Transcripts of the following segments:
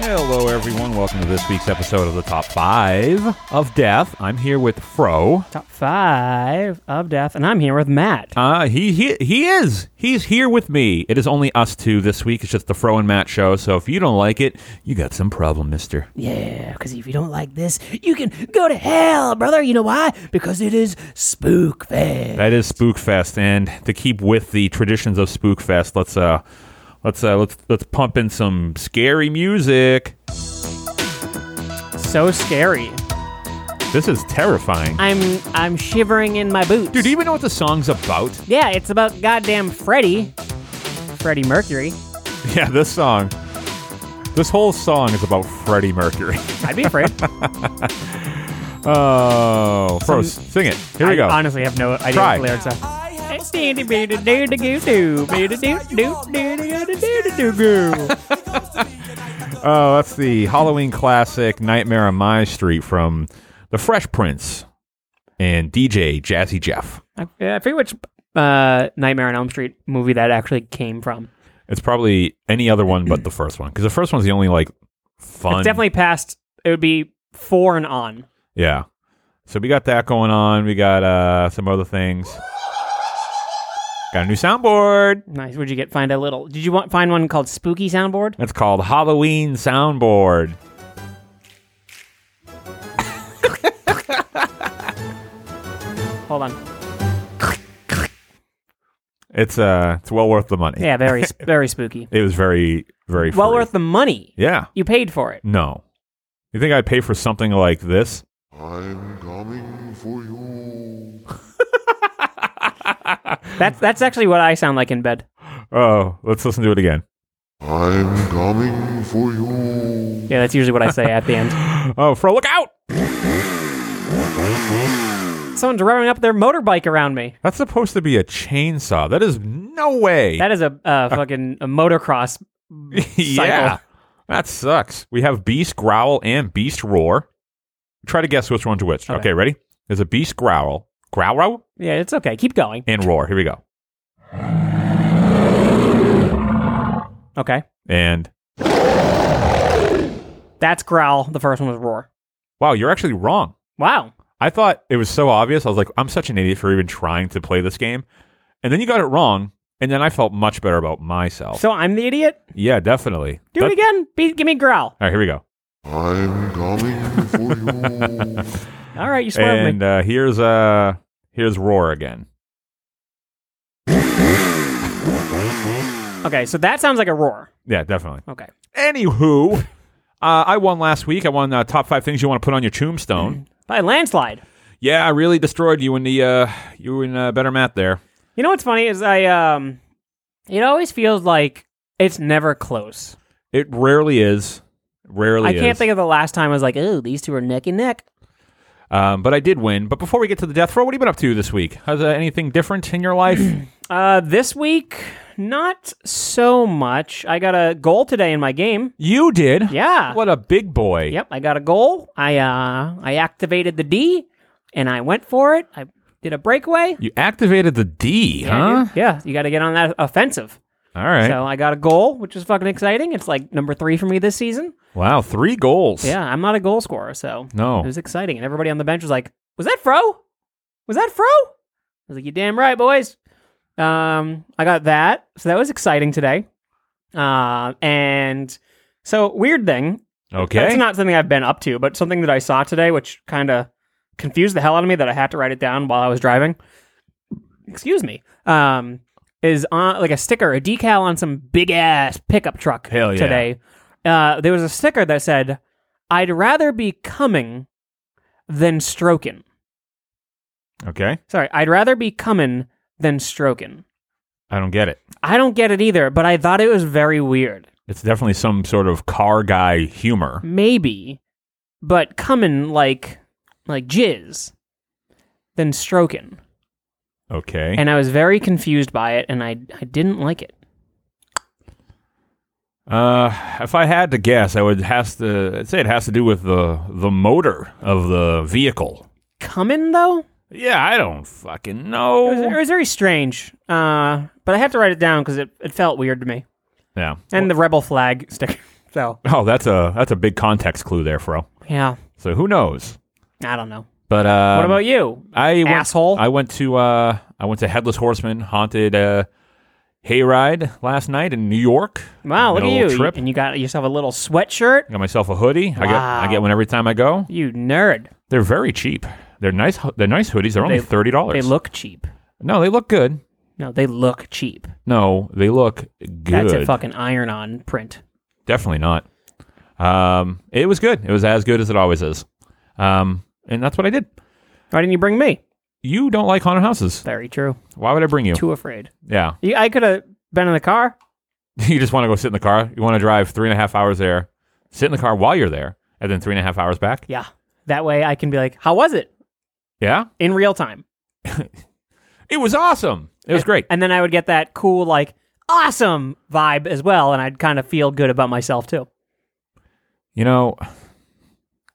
Hello, everyone. Welcome to this week's episode of the Top Five of Death. I'm here with Fro. Top five of death, and I'm here with Matt. Uh, he he he is. He's here with me. It is only us two this week. It's just the Fro and Matt show. So if you don't like it, you got some problem, Mister. Yeah, because if you don't like this, you can go to hell, brother. You know why? Because it is Spook Fest. That is Spookfest, and to keep with the traditions of Spookfest, let's uh, let's uh, let's let's pump in some scary music. So scary. This is terrifying, I'm I'm shivering in my boots. dude. Do you even know what the song's about? yeah, it's about goddamn Freddy, Freddie Mercury. Yeah, this song. This whole song is about Freddie Mercury. I'd be afraid. Oh, Fro, sing it. Here we I go. honestly have no idea Try. what the lyrics are. Oh, that's the Halloween classic Nightmare on My Street from The Fresh Prince and DJ Jazzy Jeff. I, I forget which uh, Nightmare on Elm Street movie that actually came from. It's probably any other one but the first one because the first one's the only like fun. It's definitely past. It would be four and on. yeah. So we got that going on. We got uh, some other things. Got a new soundboard. Nice. Would you get find a little? Did you want find one called Spooky Soundboard? It's called Halloween Soundboard. Hold on. It's uh, it's well worth the money. Yeah, very sp- very spooky. It was very very Well free. worth the money. Yeah. You paid for it. No. You think I'd pay for something like this? I'm coming for you. That's that's actually what I sound like in bed. Oh, let's listen to it again. I'm coming for you. Yeah, that's usually what I say at the end. Oh, Fro, look out! Someone's revving up their motorbike around me. That's supposed to be a chainsaw. That is no way. That is a uh, fucking a motocross. yeah. That sucks. We have Beast Growl and Beast Roar. Try to guess which one's which. Okay, Okay. ready? There's a Beast Growl, Growl, growl, Yeah, it's okay. Keep going. and Roar. Here we go. Okay, And that's growl. The first one was roar. wow, you're actually wrong. Wow. I thought it was so obvious. I was like, I'm such an idiot for even trying to play this game. And then you got it wrong. And then I felt much better about myself. So I'm the idiot. yeah, definitely. Do That- it again. Be, give me growl. All right, here we go. I'm coming for you. All right, you swear with And me. uh, here's uh here's roar again. Okay, so that sounds like a roar. Yeah, definitely. Okay. Anywho, uh, I won last week. I won uh, top five things you want to put on your tombstone. By landslide. yeah, I really destroyed you in the uh, you in uh, better mat there. You know what's funny is I um, it always feels like it's never close. It rarely is. Rarely. I can't is. think of the last time I was like, oh, these two are neck and neck. Um, but I did win. But before we get to the death row, what have you been up to this week? Has uh, anything different in your life? Uh, this week, not so much. I got a goal today in my game. you did. Yeah. What a big boy. Yep, I got a goal. I uh, I activated the D, and I went for it. I did a breakaway. You activated the D, Yeah, huh? dude. Yeah, you got to get on that offensive. All right. So I got a goal, which is fucking exciting. It's like number three for me this season. wow, three goals. Yeah, I'm not a goal scorer, so No. it was exciting. And everybody on the bench was like, "Was that Fro? Was that Fro?" I was like, "You damn right, boys." Um, I got that, so that was exciting today. Uh, and so weird thing. Okay. That's not something I've been up to, but something that I saw today, which kind of confused the hell out of me that I had to write it down while I was driving. Excuse me. Um, is on like a sticker, a decal on some big ass pickup truck Hell yeah. today. Uh, there was a sticker that said, "I'd rather be coming than stroking." okay. Sorry, I'd rather be coming than stroking. I don't get it. I don't get it either, but I thought it was very weird. It's definitely some sort of car guy humor. Maybe, but coming like like jizz than stroking. Okay. And I was very confused by it and I I didn't like it. Uh, if I had to guess, I would has to I'd say it has to do with the the motor of the vehicle. Coming though? Yeah, I don't fucking It was, it know. was very strange. Uh, but I had to write it down because it, it felt weird to me. Yeah. And the rebel flag sticker fell. Oh, that's a that's a big context clue there, Fro. Yeah. So who knows? I don't know. But uh, What about you? I went, asshole? I went to uh, I went to Headless Horseman haunted uh, hayride last night in New York. Wow, Had look a at you. little Trip. And you got yourself a little sweatshirt. Got myself a hoodie. I get I Wow. get one every time I go. You nerd. They're very cheap. They're nice. ho- They're nice hoodies. They're only They- thirty dollars. They look cheap. no, they look good. No, they look cheap. No, they look good. That's a fucking iron on print. Definitely not. Um, it was good. It was as good as it always is. Um, and that's what I did. Why didn't you bring me? You don't like haunted houses. Very true. Why would I bring you? Too afraid. Yeah. You, I could have been in the car. You just want to go sit in the car. You want to drive three and a half hours there, sit in the car while you're there, and then three and a half hours back. Yeah. That way I can be like, how was it Yeah. in real time? It was awesome. It was great. And then I would get that cool, like, awesome vibe as well. And I'd kind of feel good about myself too. You know,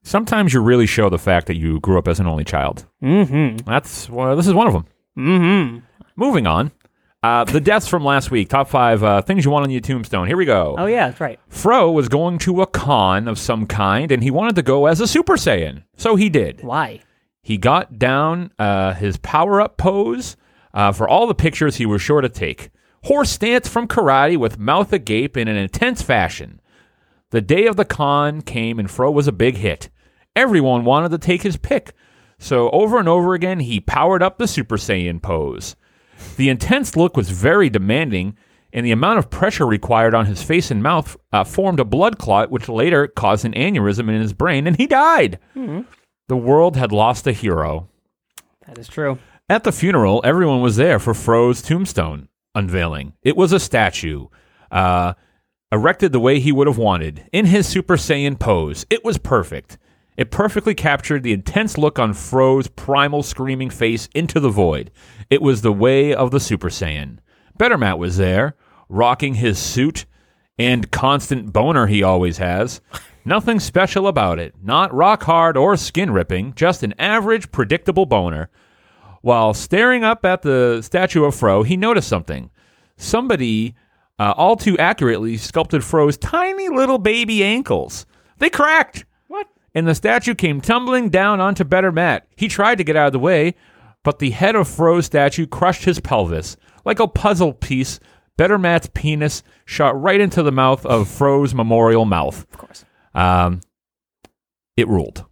sometimes you really show the fact that you grew up as an only child. Mm That's well, this is one of them. hmm. Mm hmm. Moving on. Uh, the deaths from last week, top five uh, things you want on your tombstone. Here we go. Oh, yeah, that's right. Fro was going to a con of some kind and he wanted to go as a Super Saiyan. So he did. Why? He got down uh, his power up pose uh, for all the pictures he was sure to take. Horse stance from karate with mouth agape in an intense fashion. The day of the con came and Fro was a big hit. Everyone wanted to take his pick. So over and over again, he powered up the Super Saiyan pose. The intense look was very demanding, and the amount of pressure required on his face and mouth uh, formed a blood clot, which later caused an aneurysm in his brain, and he died. The world had lost a hero. That is true. At the funeral, everyone was there for Fro's tombstone unveiling. It was a statue, uh, erected the way he would have wanted, in his Super Saiyan pose. It was perfect. It perfectly captured the intense look on Fro's primal screaming face into the void. It was the way of the Super Saiyan. Bettermat was there, rocking his suit and constant boner he always has. Nothing special about it. Not rock hard or skin ripping, just an average, predictable boner. While staring up at the statue of Fro, he noticed something. Somebody uh, all too accurately sculpted Fro's tiny little baby ankles. They cracked. What? And the statue came tumbling down onto better mat. He tried to get out of the way, but the head of Fro's statue crushed his pelvis. Like a puzzle piece, better mat's penis shot right into the mouth of Fro's memorial mouth. Of course. Um, it ruled.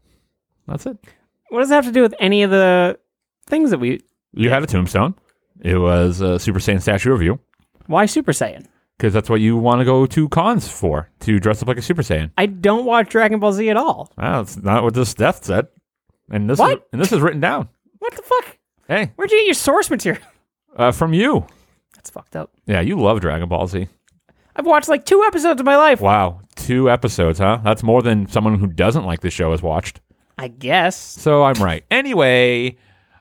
That's it. What does that have to do with any of the things that we. You had a tombstone. It was a Super Saiyan statue of you Why Super Saiyan? because that's what you want to go to cons for to dress up like a Super Saiyan. I don't watch Dragon Ball Z at all. Wow, that's not what this death said. And this is What? and this is written down. What the fuck? Hey, Where'd you get your source material? uh, from you. That's fucked up. Yeah, you love Dragon Ball Z. I've watched like two episodes of my life. Wow, two episodes, huh? That's more than someone who doesn't like the show has watched. I guess. So I'm right. Anyway,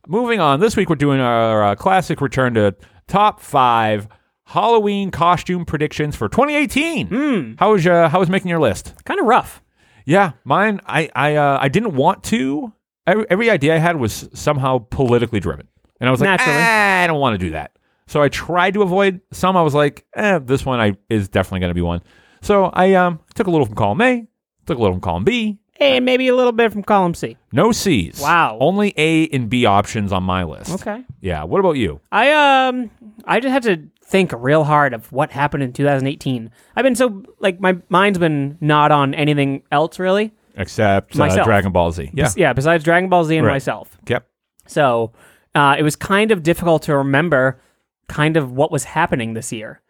moving on. This week we're doing our uh, classic return to top five Halloween costume predictions for 2018. How was uh, how was making your list? Kind of rough. Yeah, mine. I I uh, I didn't want to. Every, every idea I had was somehow politically driven, and I was like, Naturally. "Ah, I don't want to do that. So I tried to avoid some. I was like, eh, this one I is definitely going to be one. So I um took a little from column A, took a little from column B. And maybe a little bit from column C. No C's. Wow. Only A and B options on my list. Okay. Yeah. What about you? I um I just had to think real hard of what happened in 2018. I've been so like my mind's been not on anything else really. Except uh, Myself. Dragon Ball Z. Yeah. Yeah, besides Dragon Ball Z and Right. myself. Yep. So uh, it was kind of difficult to remember kind of what was happening this year.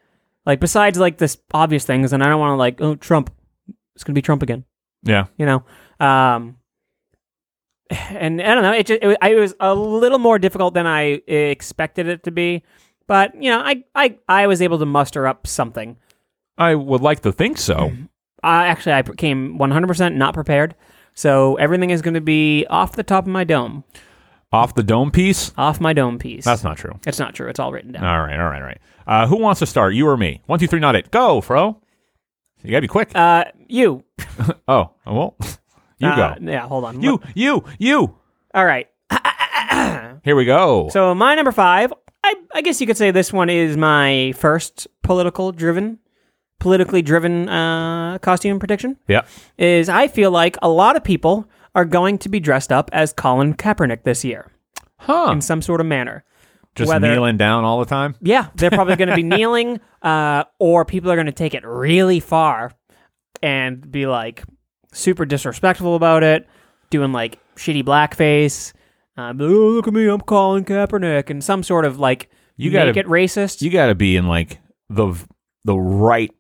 Like besides like this obvious things, and I don't want to like oh Trump, it's gonna be Trump again. Yeah. you know um and i don't know it just it, was- I- it was a little more difficult than i expected it to be but you know i i i was able to muster up something I would like to think so. Mm-hmm. uh, actually i came 100% not prepared So everything is going to be off the top of my dome, Off the dome piece? off my dome piece. That's not true. It's not true. It's all written down. All right, all right, all right. Uh, who wants to start? You or me? One, two, three, not it. Go, Fro. You gotta be quick. Uh, you. oh, well, you Uh, go. Yeah, hold on. You, you, you. All right. Here we go. So my number five, I, I guess you could say this one is my first political driven, politically driven uh, costume prediction. yeah. Is I feel like a lot of people are going to be dressed up as Colin Kaepernick this year Huh. in some sort of manner. Just whether- kneeling down all the time. Yeah, they're probably going to be kneeling, uh, or people are going to take it really far and be like super disrespectful about it, doing like shitty blackface. Uh, oh, look at me, I'm Colin Kaepernick, and some sort of like You make gotta- it racist. You gotta be in like the the right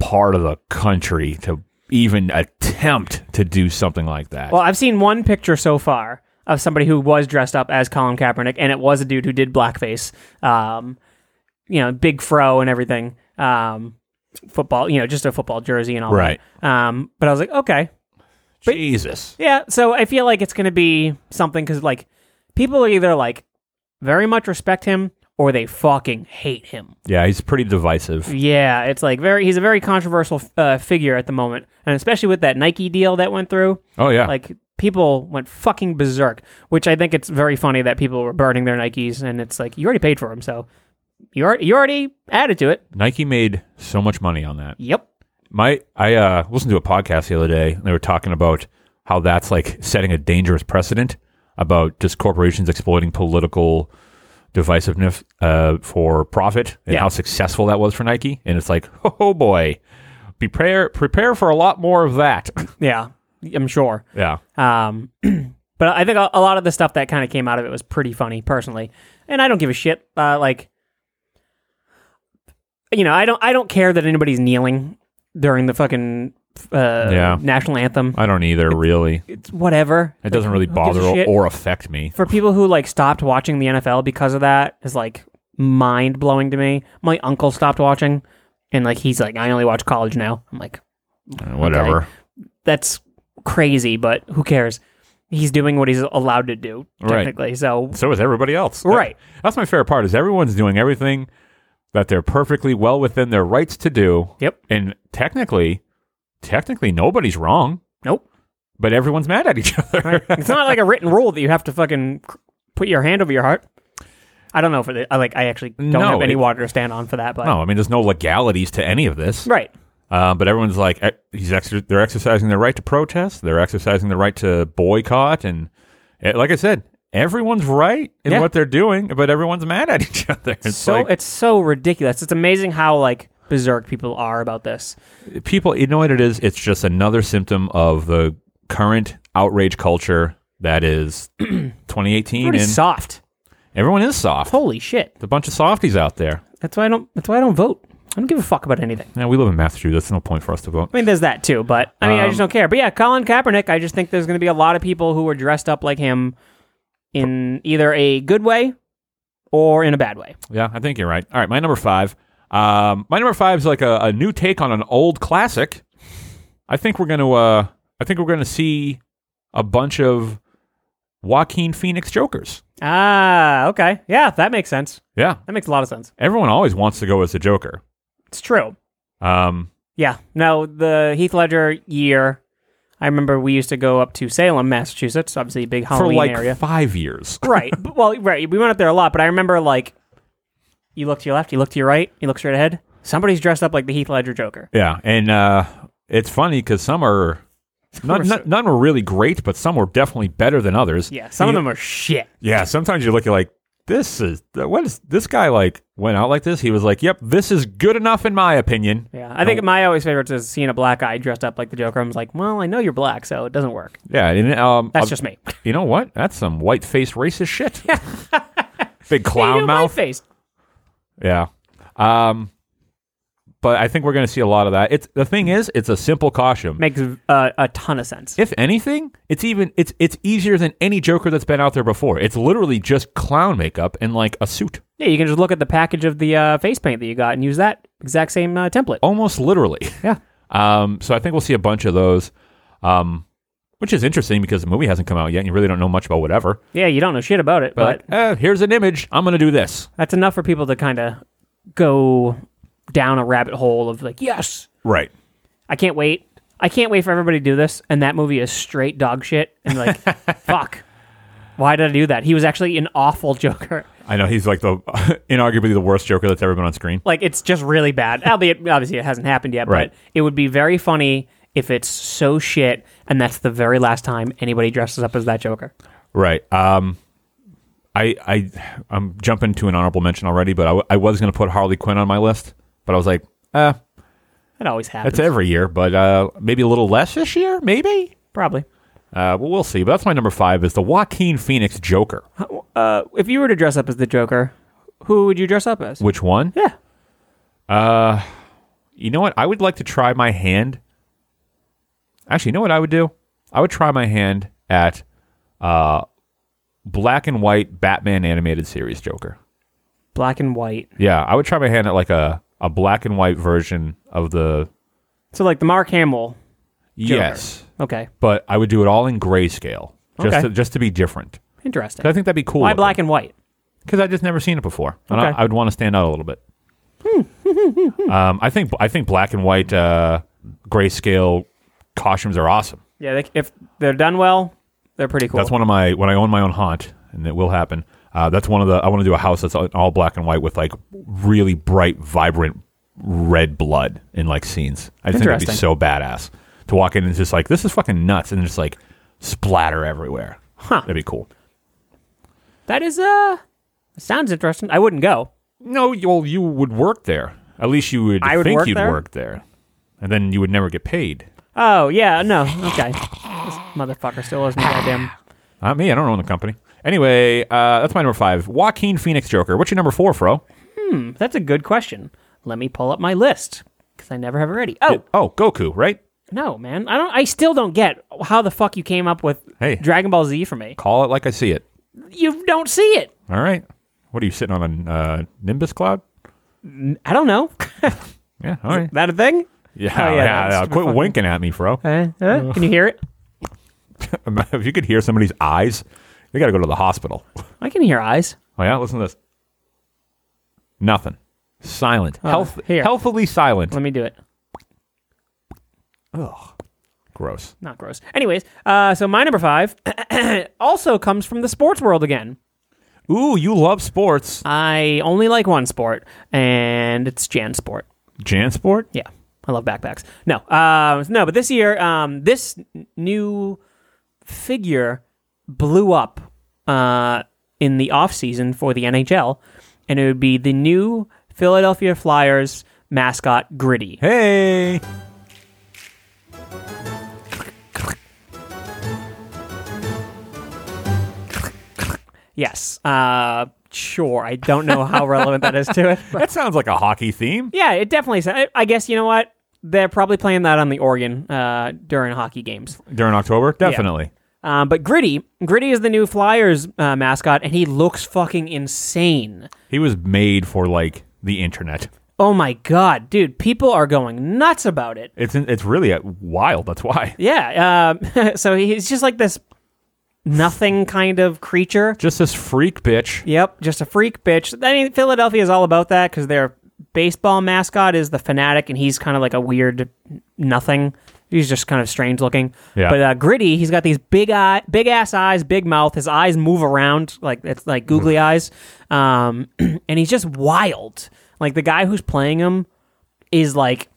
part of the country to even attempt to do something like that. well, I've seen one picture so far of somebody who was dressed up as Colin Kaepernick, and it was a dude who did blackface. Um, you know, big fro and everything. Um, football, you know, just a football jersey and all Right. that. Um, but I was like, okay, Jesus. Yeah, so I feel like it's going to be something because like people are either like very much respect him or they fucking hate him. Yeah, he's pretty divisive. Yeah, it's like very he's a very controversial uh, figure at the moment, and especially with that Nike deal that went through, Oh yeah. like people went fucking berserk. Which I think it's very funny that people were burning their Nikes, and it's like you already paid for them, so you already, you already added to it. Nike made so much money on that. Yep. My I uh, listened to a podcast the other day, and they were talking about how that's like setting a dangerous precedent about just corporations exploiting political divisiveness uh, for profit, and Yeah. how successful that was for Nike. And it's like, oh boy, prepare prepare for a lot more of that. Yeah, I'm sure. yeah, Um, but I think a, a lot of the stuff that kind of came out of it was pretty funny, personally. And I don't give a shit. Uh, like, you know, I don't. I don't care that anybody's kneeling during the fucking uh, Yeah. national anthem. I don't either. Really, It's whatever. it doesn't really who gives a bother or, shit? or affect me. For people who like stopped watching the NFL because of that is like mind blowing to me. My uncle stopped watching, and like he's like, I only watch college now. I'm like, Uh, Whatever. that's crazy, but who cares? He's doing what he's allowed to do Right. technically. So So is everybody else. Right. That- that's my favorite part is everyone's doing everything that they're perfectly well within their rights to do. Yep. And technically, technically nobody's wrong, nope. but everyone's mad at each other. It's not like a written rule that you have to fucking cr- put your hand over your heart. I don't know for the I like I actually don't No, have any it- water to stand on for that, but no, I mean there's no legalities to any of this. right. Uh, but everyone's like eh, he's exer- they're exercising their right to protest, they're exercising the right to boycott and eh, like I said, everyone's right in Yeah. what they're doing, but everyone's mad at each other. It's so like it's so ridiculous. It's amazing how like berserk people are about this. people you know what it is it's just another symptom of the current outrage culture that is 2018 Pretty and soft. everyone is soft Holy shit. There's a bunch of softies out there That's why I don't that's why I don't vote. I don't give a fuck about anything. now we live in massachusetts no point for us to vote I mean, there's that too, but I mean, I just Um, don't care. But yeah, Colin Kaepernick, I just think there's going to be a lot of people who are dressed up like him in either a good way or in a bad way. yeah i think you're right all right my number five um, my number five is like a, a new take on an old classic i think we're gonna uh, i think we're gonna see a bunch of joaquin phoenix jokers Ah, okay. Yeah, that makes sense. yeah That makes a lot of sense. everyone always wants to go as the joker It's true. um, Yeah. No, the Heath Ledger year, I remember we used to go up to Salem, Massachusetts, obviously a big for Halloween like area. five years right. But- Well, right. We went up there a lot, but I remember like you look to your left, you look to your right, you look straight ahead. Somebody's dressed up like the Heath Ledger Joker. Yeah, and uh, it's funny because some are none, are so- none, none were really great, but some were definitely better than others. Yeah, some of them are shit. Yeah, sometimes you look at like this is what is this guy like went out like this? He was like, "Yep, this is good enough in my opinion." Yeah, I think my always favorites is seeing a black guy dressed up like the Joker. I'm just like, well, I know you're black, so it doesn't work. Yeah, and um, That's uh, just me. You you know what? That's some white faced racist shit. Big know, clown my mouth. face. Yeah. Um, but I think we're going to see a lot of that. It's the thing is, it's a simple caution. makes uh, a ton of sense. if anything, it's even it's it's easier than any Joker that's been out there before. It's literally just clown makeup and like a suit, Yeah, you can just look at the package of the uh, face paint that you got and use that exact same Oh. uh, template. almost literally. Yeah. Um. So I think we'll see a bunch of those. Um. which is interesting because the movie hasn't come out yet and you really don't know much about whatever. Yeah, you don't know shit about it, But but, like, eh, here's an image. I'm going to do this. that's enough for people to kind of go down a rabbit hole of like, yes, Right. I can't wait. I can't wait for everybody to do this. And that movie is straight dog shit. And like, fuck. Why did I do that? He was actually an awful Joker. I know he's like the inarguably the worst Joker that's ever been on screen. Like, it's just really bad. Albeit, obviously, it hasn't happened yet, Right. but it would be very funny if it's so shit and that's the very last time anybody dresses up as that Joker. Right. Um, I I I'm jumping to an honorable mention already, but I, w- I was going to put Harley Quinn on my list, but I was like, eh, It always happens. that's every year, but uh, maybe a little less this year, maybe. Probably. Uh, well, we'll see. But that's my number five is the Joaquin Phoenix Joker. Uh, if you were to dress up as the Joker, who would you dress up as? Which one? Yeah. You know what? I would like to try my hand. Actually, you know what I would do? I would try my hand at uh, black and white Batman animated series Joker. Black and white. Yeah, I would try my hand at like a, a black and white version of the So, like, the Mark Hamill. yes, Okay. but I would do it all in grayscale just Okay. to, just to be different. Interesting. 'Cause I think that'd be cool. Why black and white? Because I just never seen it before, and Okay. I, I would want to stand out a little bit. um, I think I think black and white uh, grayscale costumes are awesome. Yeah, they, if they're done well, they're pretty cool. That's one of my when I own my own haunt, and it will happen. Uh, that's one of the I want to do a house that's all, all black and white with like really bright, vibrant red blood in like scenes. I just think that'd be Interesting. so badass to walk in and it's just like this is fucking nuts, and just like splatter everywhere. Huh. That'd be cool. That is uh sounds interesting. I wouldn't go. No, you- well, you would work there. At least you would. I would think work you'd there? work there, and then you would never get paid. Oh yeah, no. Okay. This motherfucker still owes me goddamn. Not me. I don't own the company. Anyway, uh, that's my number five. Joaquin Phoenix Joker. What's your number four, Fro? That's a good question. Let me pull up my list because I never have it ready. Oh Oh, Goku, right? no, man. I don't. I still don't get how the fuck you came up with Hey. Dragon Ball Z for me. Call it like I see it. You don't see it. All right. What are you sitting on a uh, Nimbus cloud? I don't know. Yeah. All right. that a thing? Yeah. yeah, yeah, that's yeah. Quit fucking- winking at me, bro. Uh, uh, can you hear it? if you could hear somebody's eyes, they got to go to the hospital. I can hear eyes. Oh yeah. Listen to this. Nothing. Silent. Health. Uh, here. Healthily silent. Let me do it. Gross. Not gross. Anyways, uh, so my number five also comes from the sports world again. Ooh, you love sports. I only like one sport, and it's Jan Sport. Jansport. Yeah, I love backpacks. No, uh, no, but this year, um, this n- new figure blew up uh, in the off season for the NHL, and it would be the new Philadelphia Flyers mascot Gritty. Hey. Yes, uh, sure. I don't know how relevant that is to it. but- That sounds like a hockey theme. Yeah, it definitely. sa- I, I guess you know what they're probably playing that on the organ uh, during hockey games. During October, definitely. Um, but Gritty, Gritty is the new Flyers uh, mascot, and he looks fucking insane. He was made for like the internet. Oh my god, dude! People are going nuts about it. It's it's really uh wild. That's why. Yeah. Um, so he's just like this nothing kind of creature. Just this freak bitch. Yep, just a freak bitch. I mean, Philadelphia is all about that because their baseball mascot is the fanatic, and he's kind of like a weird nothing. He's just kind of strange looking. Yeah. But uh, gritty, he's got these big eye, big ass eyes, big mouth. His eyes move around like it's like googly eyes, um, and he's just wild. Like the guy who's playing him is like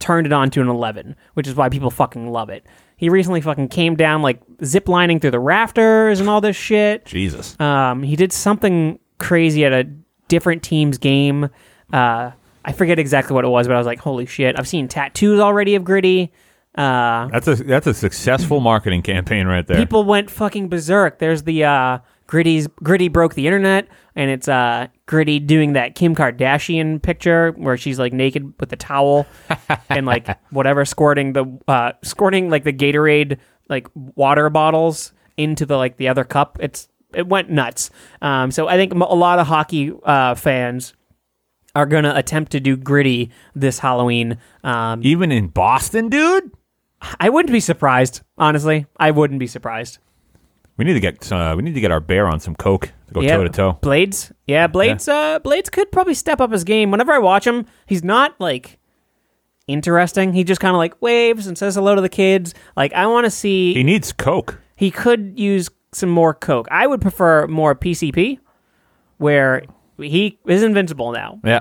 turned it on to an 11, which is why people fucking love it. He recently fucking came down like ziplining through the rafters and all this shit. Jesus. Um, he did something crazy at a different team's game. Uh, I forget exactly what it was, but I was like, "Holy shit!" I've seen tattoos already of Gritty. Uh, That's a that's a successful marketing campaign right there. people went fucking berserk. There's the uh, Gritty's Gritty broke the internet, and it's uh, Gritty doing that Kim Kardashian picture where she's like naked with the towel and like whatever squirting the uh, squirting like the Gatorade like water bottles into the like the other cup. It's it went nuts. Um, so I think m- a lot of hockey uh, fans are gonna attempt to do Gritty this Halloween. Um, Even in Boston, dude. I wouldn't be surprised, honestly. I wouldn't be surprised. We need to get uh, we need to get our bear on some coke to go yeah, toe to toe. Blades. Yeah, Blades. Uh, Blades could probably step up his game. Whenever I watch him, he's not like interesting. He just kind of like waves and says hello to the kids. Like I want to see He needs coke. he could use some more coke. I would prefer more PCP, where he is invincible now. Yeah,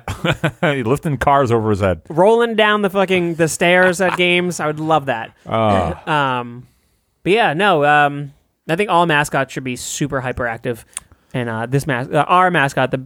He's lifting cars over his head. Rolling down the fucking the stairs at games, I would love that. Ah. um, but yeah, no. Um, I think all mascots should be super hyperactive, and uh, this mas- uh, our mascot, the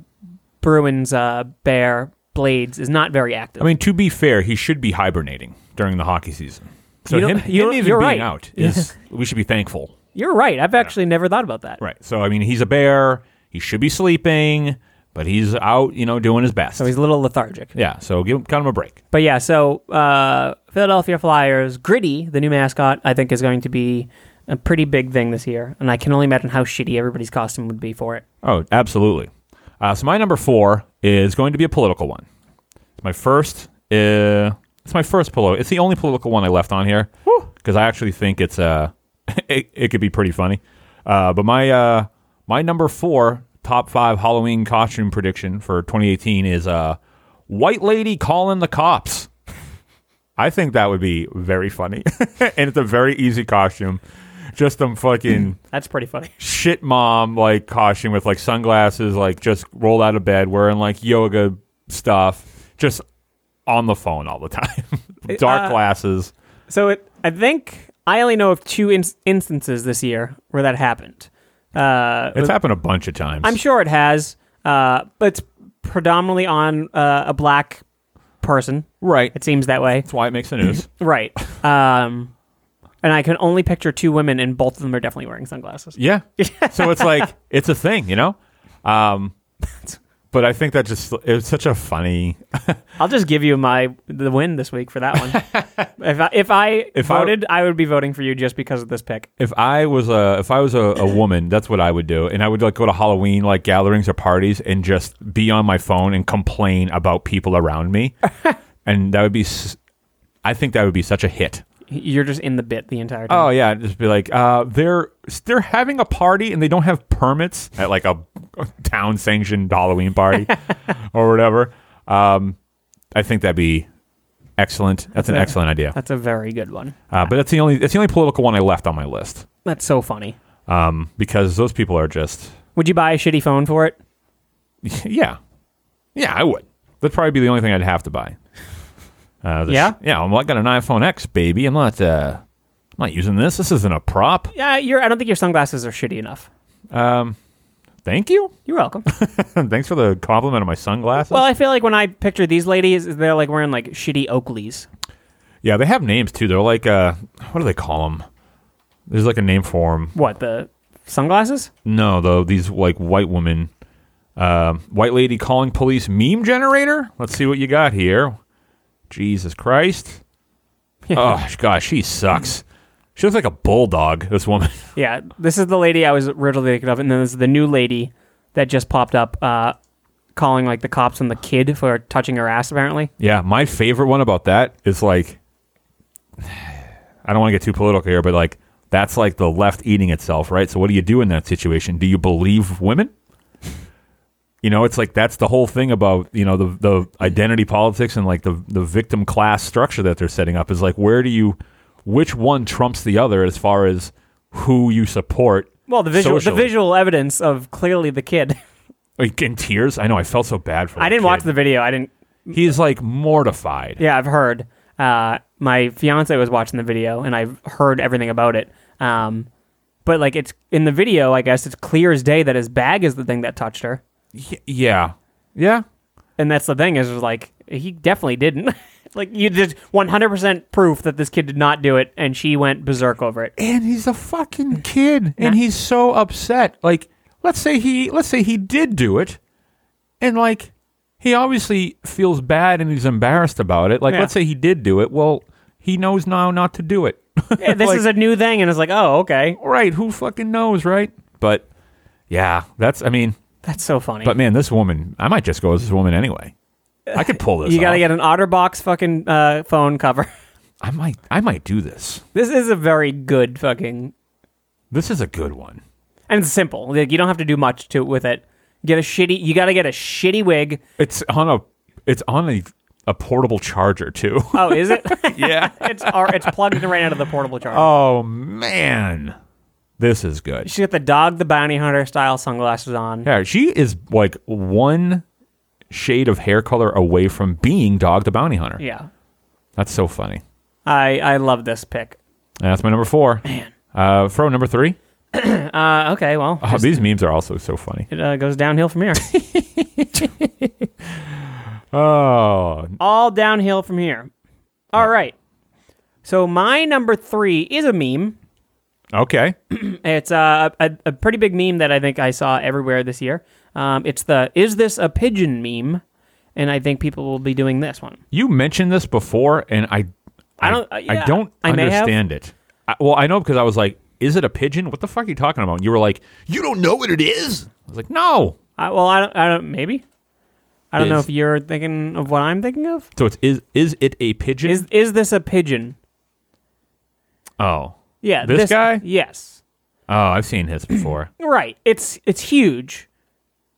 Bruins uh, bear Blades, is not very active. I mean, to be fair, he should be hibernating during the hockey season. So You know- him, you him know- even you're being right. out is we should be thankful. You're right. I've actually never thought about that. Right. So I mean, he's a bear. He should be sleeping, but he's out, you know, doing his best. So he's a little lethargic. yeah. So give him kind of a break. But yeah, so uh, Philadelphia Flyers, Gritty, the new mascot, I think is going to be a pretty big thing this year, and I can only imagine how shitty everybody's costume would be for it. Oh, absolutely. Uh, so my number four is going to be a political one. It's my first. Uh, it's my first polo. It's the only political one I left on here because I actually think it's uh, it, it could be pretty funny. Uh, but my uh, my number four top five Halloween costume prediction for 2018 is uh, white lady calling the cops. I think that would be very funny, and it's a very easy costume. Just them fucking That's pretty funny. shit mom like costume with like sunglasses, like just rolled out of bed, wearing like yoga stuff, just on the phone all the time, Uh, dark glasses. So it, I think I only know of two ins- instances this year where that happened. Uh, It's happened a bunch of times. I'm sure it has, uh, but it's predominantly on uh, a black person. right. It seems that way. That's why it makes the news. Right. Um, and I can only picture two women, and both of them are definitely wearing sunglasses. yeah. So it's like it's a thing, you know. Um, but I think that just it's such a funny. I'll just give you my the win this week for that one. if I, if I If I- voted, I, would be voting for you just because of this pick. If I was a if I was a, a woman, that's what I would do, and I would like go to Halloween like gatherings or parties and just be on my phone and complain about people around me, and that would be, s- I think that would be such a hit. You're just in the bit the entire time. Oh yeah, just be like, uh, they're they're having a party and they don't have permits at like a, town sanctioned Halloween party or whatever. Um, I think that'd be excellent. That's, an a- excellent idea. That's a very good one. Uh, but that's the only that's the only political one I left on my list That's so funny. um, because those people are just. Would you buy a shitty phone for it? Yeah, yeah, I would. That'd probably be the only thing I'd have to buy. Uh, the Yeah? yeah. I'm not got an iPhone X, baby. I'm not. Uh, I'm not using this. This isn't a prop. Yeah, you're, I don't think your sunglasses are shitty enough. Thank you. You're welcome. Thanks for the compliment on my sunglasses. well, I feel like when I picture these ladies, they're like wearing like shitty Oakleys. yeah, they have names too. They're like, uh, what do they call them? There's like a name for them. What the sunglasses? No, though these like white woman, um, white lady calling police meme generator. Let's see what you got here. Jesus Christ! oh gosh, she sucks. She looks like a bulldog. This woman. Yeah, this is the lady I was originally thinking of, and then this is the new lady that just popped up, uh, calling like the cops on the kid for touching her ass. Apparently, yeah, my favorite one about that is like, I don't want to get too political here, but like that's like the left eating itself, right? So what do you do in that situation? Do you believe women? You know, it's like that's the whole thing about you know the the identity politics and like the the victim class structure that they're setting up is like where do you which one trumps the other as far as who you support? well, the visual the socially? visual evidence of clearly the kid. like in tears. I know I felt so bad for. I the didn't watch kid. the video. I didn't. He's like mortified. Yeah, I've heard. Uh, my fiance was watching the video, and I've heard everything about it. Um, but like it's in the video, I guess it's clear as day that his bag is the thing that touched her, Y- yeah, yeah. and that's the thing is is, like he definitely didn't. like you did 100% proof that this kid did not do it, and she went berserk over it. and he's a fucking kid and he's so upset like let's say he let's say he did do it and like he obviously feels bad and he's embarrassed about it like Yeah. let's say he did do it well he knows now not to do it Yeah, this Like- is a new thing, and it's like, oh, okay, right who fucking knows right but yeah that's i mean that's so funny. but man this woman i might just go as this woman anyway i could pull this you got to off. get an OtterBox fucking uh, phone cover. I might I might do this. This is a very good fucking This is a good one. and it's simple. Like you don't have to do much to with it. Get a shitty. You got to get a shitty wig. It's on a it's on a, a portable charger too. Oh, is it? yeah. it's our, it's plugged in right out of the portable charger. Oh man. This is good. She's got the dog, the bounty hunter style sunglasses on. Yeah, she is like one shade of hair color away from being Dog the Bounty Hunter. Yeah, That's so funny. I I love this pick. That's my number four. Man. Uh, Fro, number three. Uh, okay, well, Oh, these memes are also so funny. it uh, goes downhill from here. Oh, All downhill from here. All right. So my number three is a meme. okay. It's a, a, a pretty big meme that I think I saw everywhere this year. Um, it's the "Is this a pigeon?" meme, and I think people will be doing this one. You mentioned this before, and I, I, don't- uh, yeah, I don't I may have. understand it. I, well, I know because I was like, "Is it a pigeon? What the fuck are you talking about?" And you were like, "You don't know what it is." I was like, "No." I, well, I don't, I don't. Maybe I don't know Is- if you're thinking of what I'm thinking of. So it's is is it a pigeon? Is is this a pigeon? oh, Yeah, This guy? Yes, oh, I've seen his before. right. It's it's huge.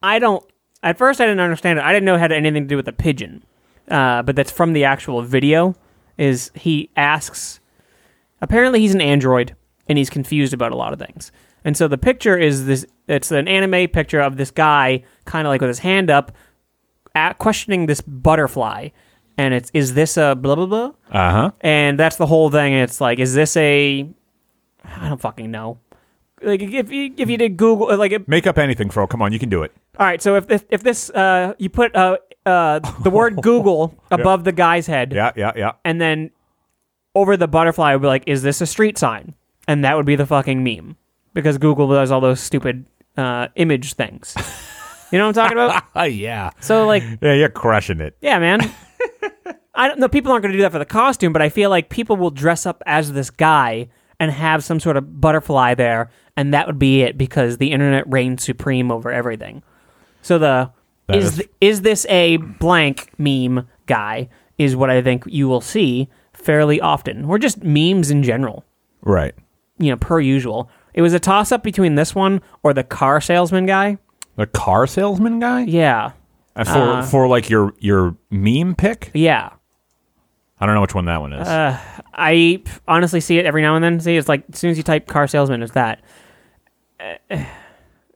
I don't. At first, I didn't understand it. I didn't know it had anything to do with a pigeon, uh, but that's from the actual video. Is he asks? Apparently, he's an android and he's confused about a lot of things. And so the picture is this. It's an anime picture of this guy, kind of like with his hand up, at, questioning this butterfly. And it's is this a blah blah blah? Uh huh. and that's the whole thing. It's like, is this a? I don't fucking know. Like if you, if you did Google, like it, Make up anything, Fro. Come on, you can do it. all right. So if if, if this uh, you put uh, uh, the word Google above the guy's head, Yeah, yeah, yeah. and then over the butterfly would be like, is this a street sign? And that would be the fucking meme because Google does all those stupid uh, image things. You know what I'm talking about? Oh yeah, So like yeah. You're crushing it. yeah, man. I don't know. People aren't going to do that for the costume, but I feel like people will dress up as this guy and have some sort of butterfly there, and that would be it because the internet reigns supreme over everything. So the That is is- th- is this a blank meme guy is what I think you will see fairly often, or just memes in general Right. you know, per usual. It was a toss up between this one or the car salesman guy. The car salesman guy Yeah. Uh, for for like your your meme pick. Yeah. I don't know which one that one is. Uh, I p- honestly see it every now and then. See, it's like as soon as you type car salesman, it's that. Uh,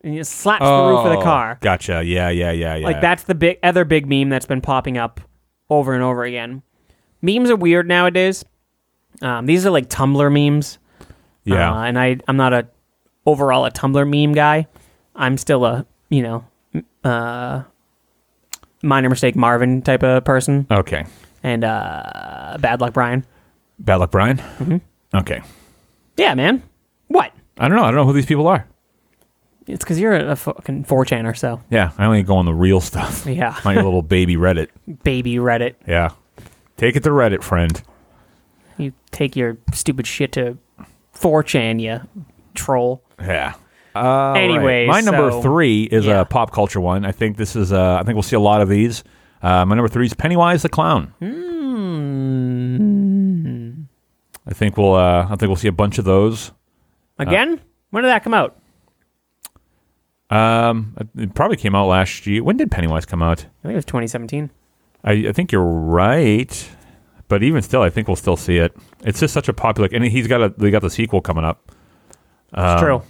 And it slaps the roof of the Oh, car. Gotcha. Yeah, yeah, yeah, yeah. Like that's the big other big meme that's been popping up over and over again. Memes are weird nowadays. Um, these are like Tumblr memes. Yeah. Uh, and I I'm not a overall a Tumblr meme guy. I'm still a you know m- uh, minor mistake Marvin type of person Okay. and uh, bad luck Brian. Bad luck, Brian. Mm-hmm. Okay. Yeah, man. What? I don't know. I don't know who these people are. It's because you're a, a fucking 4chan or so. Yeah, I only go on the real stuff. Yeah. My little baby Reddit. Baby Reddit. Yeah. Take it to Reddit, friend. You take your stupid shit to 4chan, you troll. Yeah. Uh, Anyways, my number so- three is yeah. a pop culture one. I think this is. Uh, I think we'll see a lot of these. Uh, my number three is Pennywise the clown. Hmm. I think we'll. Uh, I think we'll see a bunch of those. Again? when did that come out? Um, it probably came out last year. When did Pennywise come out? I think it was 2017. I, I think you're right, but even still, I think we'll still see it. It's just such a popular, and he's got a they got the sequel coming up. Um, It's true.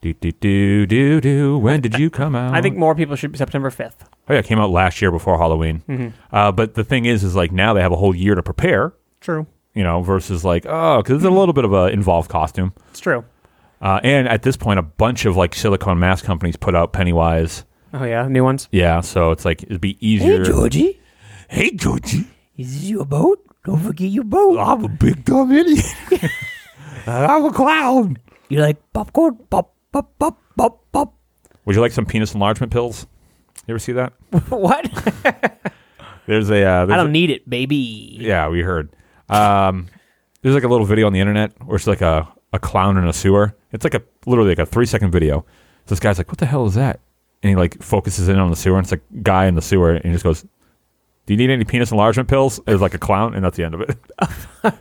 Do do do do do. When did you come out? I think more people should September 5th. Oh yeah, it came out last year before Halloween. Mm-hmm. Uh, but the thing is, is like now they have a whole year to prepare. True. You know, versus like oh, because it's a little bit of a involved costume. It's true. Uh, and at this point, a bunch of like silicone mask companies put out Pennywise. Oh, yeah. New ones. Yeah, so it's like it'd be easier. Hey, Georgie, Hey, Georgie. is this your boat? Don't forget your boat. I'm a big dumb idiot. I'm a clown. You like popcorn? Pop, pop, pop, pop, pop. Would you like some penis enlargement pills? You ever see that? what? There's a. Uh, there's I a- don't need it, baby. yeah, we heard. Um, there's like a little video on the internet where it's like a, a clown in a sewer. It's like a literally like a three second video. So this guy's like, "What the hell is that?" And he like focuses in on the sewer, and it's a guy in the sewer, and he just goes, Do you need any penis enlargement pills? It was like a clown, and that's the end of it.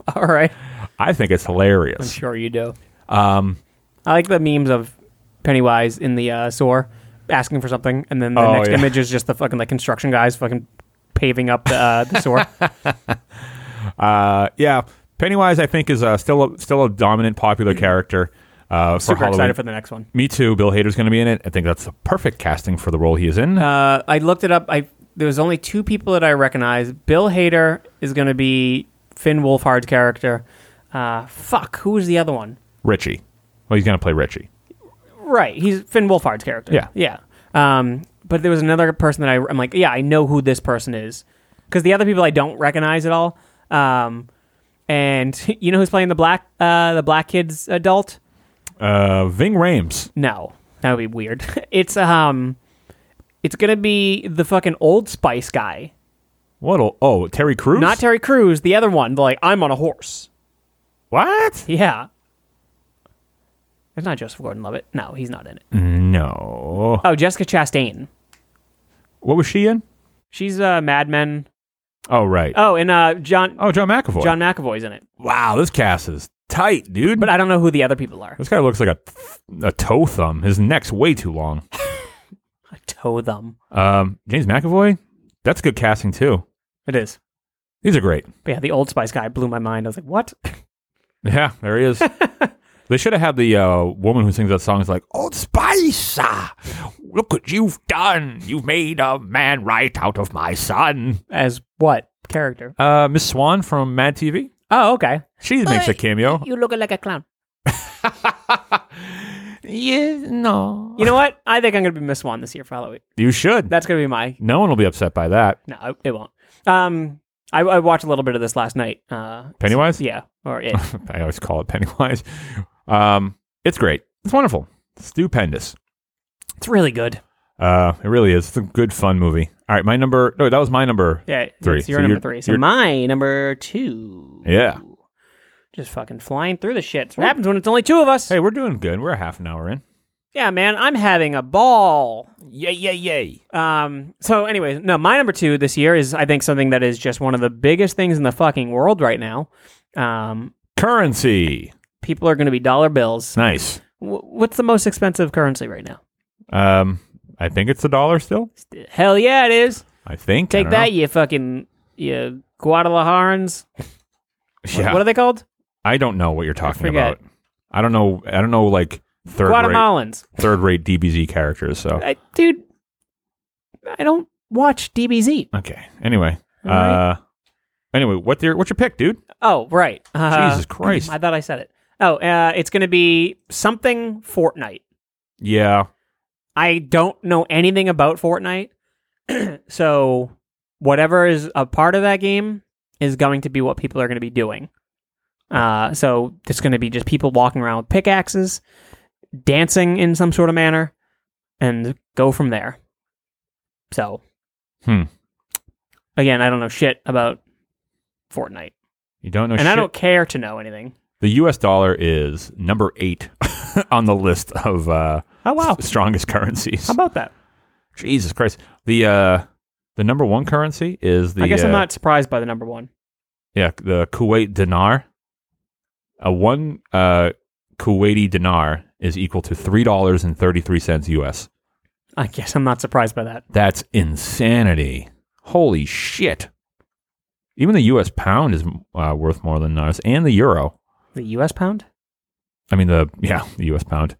All right. I think it's hilarious. Sure you do. Um, I like the memes of Pennywise in the uh, sewer asking for something, and then the Oh, next yeah. image is just the fucking like construction guys fucking paving up the, uh, the sewer. uh, yeah, Pennywise, I think, is uh, still a, still a dominant popular character uh, for Mm-hmm. Super Halloween. excited for the next one. Me too. Bill Hader's going to be in it. I think that's the perfect casting for the role he is in. Uh, I looked it up. I there was only two people that I recognized. Bill Hader is going to be Finn Wolfhard's character. Uh, fuck, who was the other one? Richie. Well, he's going to play Richie. Right, he's Finn Wolfhard's character. Yeah. yeah. Um, but there was another person that I, I'm like, yeah, I know who this person is, because the other people I don't recognize at all. Um, and you know who's playing the black, uh, the black kid's adult? Uh, Ving Rhames. No, that would be weird. it's um, it's gonna be the fucking Old Spice guy. What? a- Oh, Terry Crews. Not Terry Crews, the other one. Like I'm on a horse. What? Yeah. It's not Joseph Gordon-Levitt. No, he's not in it. No. Oh, Jessica Chastain. What was she in? She's uh, Mad Men. Oh, right. Oh, and uh, John oh, John McAvoy. John McAvoy's in it. Wow, this cast is tight, dude. But I don't know who the other people are. this guy looks like a a toe thumb. His neck's way too long. I toe them. Um, James McAvoy. That's good casting too. It is. These are great. But yeah, the Old Spice guy blew my mind. I was like, what? Yeah, there he is. they should have had the uh, woman who sings that song. Is like Old Spice. ah, Look what you've done. You've made a man right out of my son. As what character? Uh, Miss Swan from Mad TV. Oh, okay. She makes a cameo. You look like a clown. Yeah, no. You know what? I think I'm gonna be Miss Swan this year for Halloween. You should. That's gonna be my no one will be upset by that. No, it- it won't. Um, I, I watched a little bit of this last night. Uh, Pennywise? yeah, or it. I always call it Pennywise. Um, it's great. It's wonderful. Stupendous. it's really good. Uh, it really is. It's a good, fun movie. All right, my number. No, that was my number. Yeah, Three. It's your So number you're- three. So you're- my number two. Yeah. Just fucking flying through the shit. It's what happens when it's only two of us. Hey, we're doing good. We're a half an hour in. Yeah, man, I'm having a ball. Yay, yay, yay. Um. So, anyways, no, my number two this year is I think something that is just one of the biggest things in the fucking world right now. Um, Currency. people are going to be dollar bills. Nice. W- what's the most expensive currency right now? Um, I think it's the dollar still. Hell yeah, it is. I think. I Take don't that, know. you fucking you Guadalajarans. What- Yeah. What are they called? I don't know what you're talking forget. about. I don't know. I don't know like third rate, Guatemalans. third rate DBZ characters. So I, dude, I don't watch DBZ. okay. Anyway. Uh, All right. Uh. Anyway, what's your what's your pick, dude? Oh, right. Uh, Jesus Christ. I thought I said it. Oh, uh, it's going to be something Fortnite. Yeah. I don't know anything about Fortnite. so, whatever is a part of that game is going to be what people are going to be doing. Uh, so, it's going to be just people walking around with pickaxes, dancing in some sort of manner, and go from there. So, Hmm. again, I don't know shit about Fortnite. You don't know. and shit. I don't care to know anything. The U.S. dollar is number eight on the list of uh, Oh, wow. s- strongest currencies. How about that? Jesus Christ, the uh, the number one currency is the I guess uh, I'm not surprised by the number one. yeah the Kuwait dinar. A one uh, Kuwaiti dinar is equal to three dollars and thirty three cents U.S. I guess I'm not surprised by that. That's insanity. Holy shit! Even the U.S. pound is uh, worth more than ours, and the euro. The U.S. pound? I mean the yeah the U.S. pound.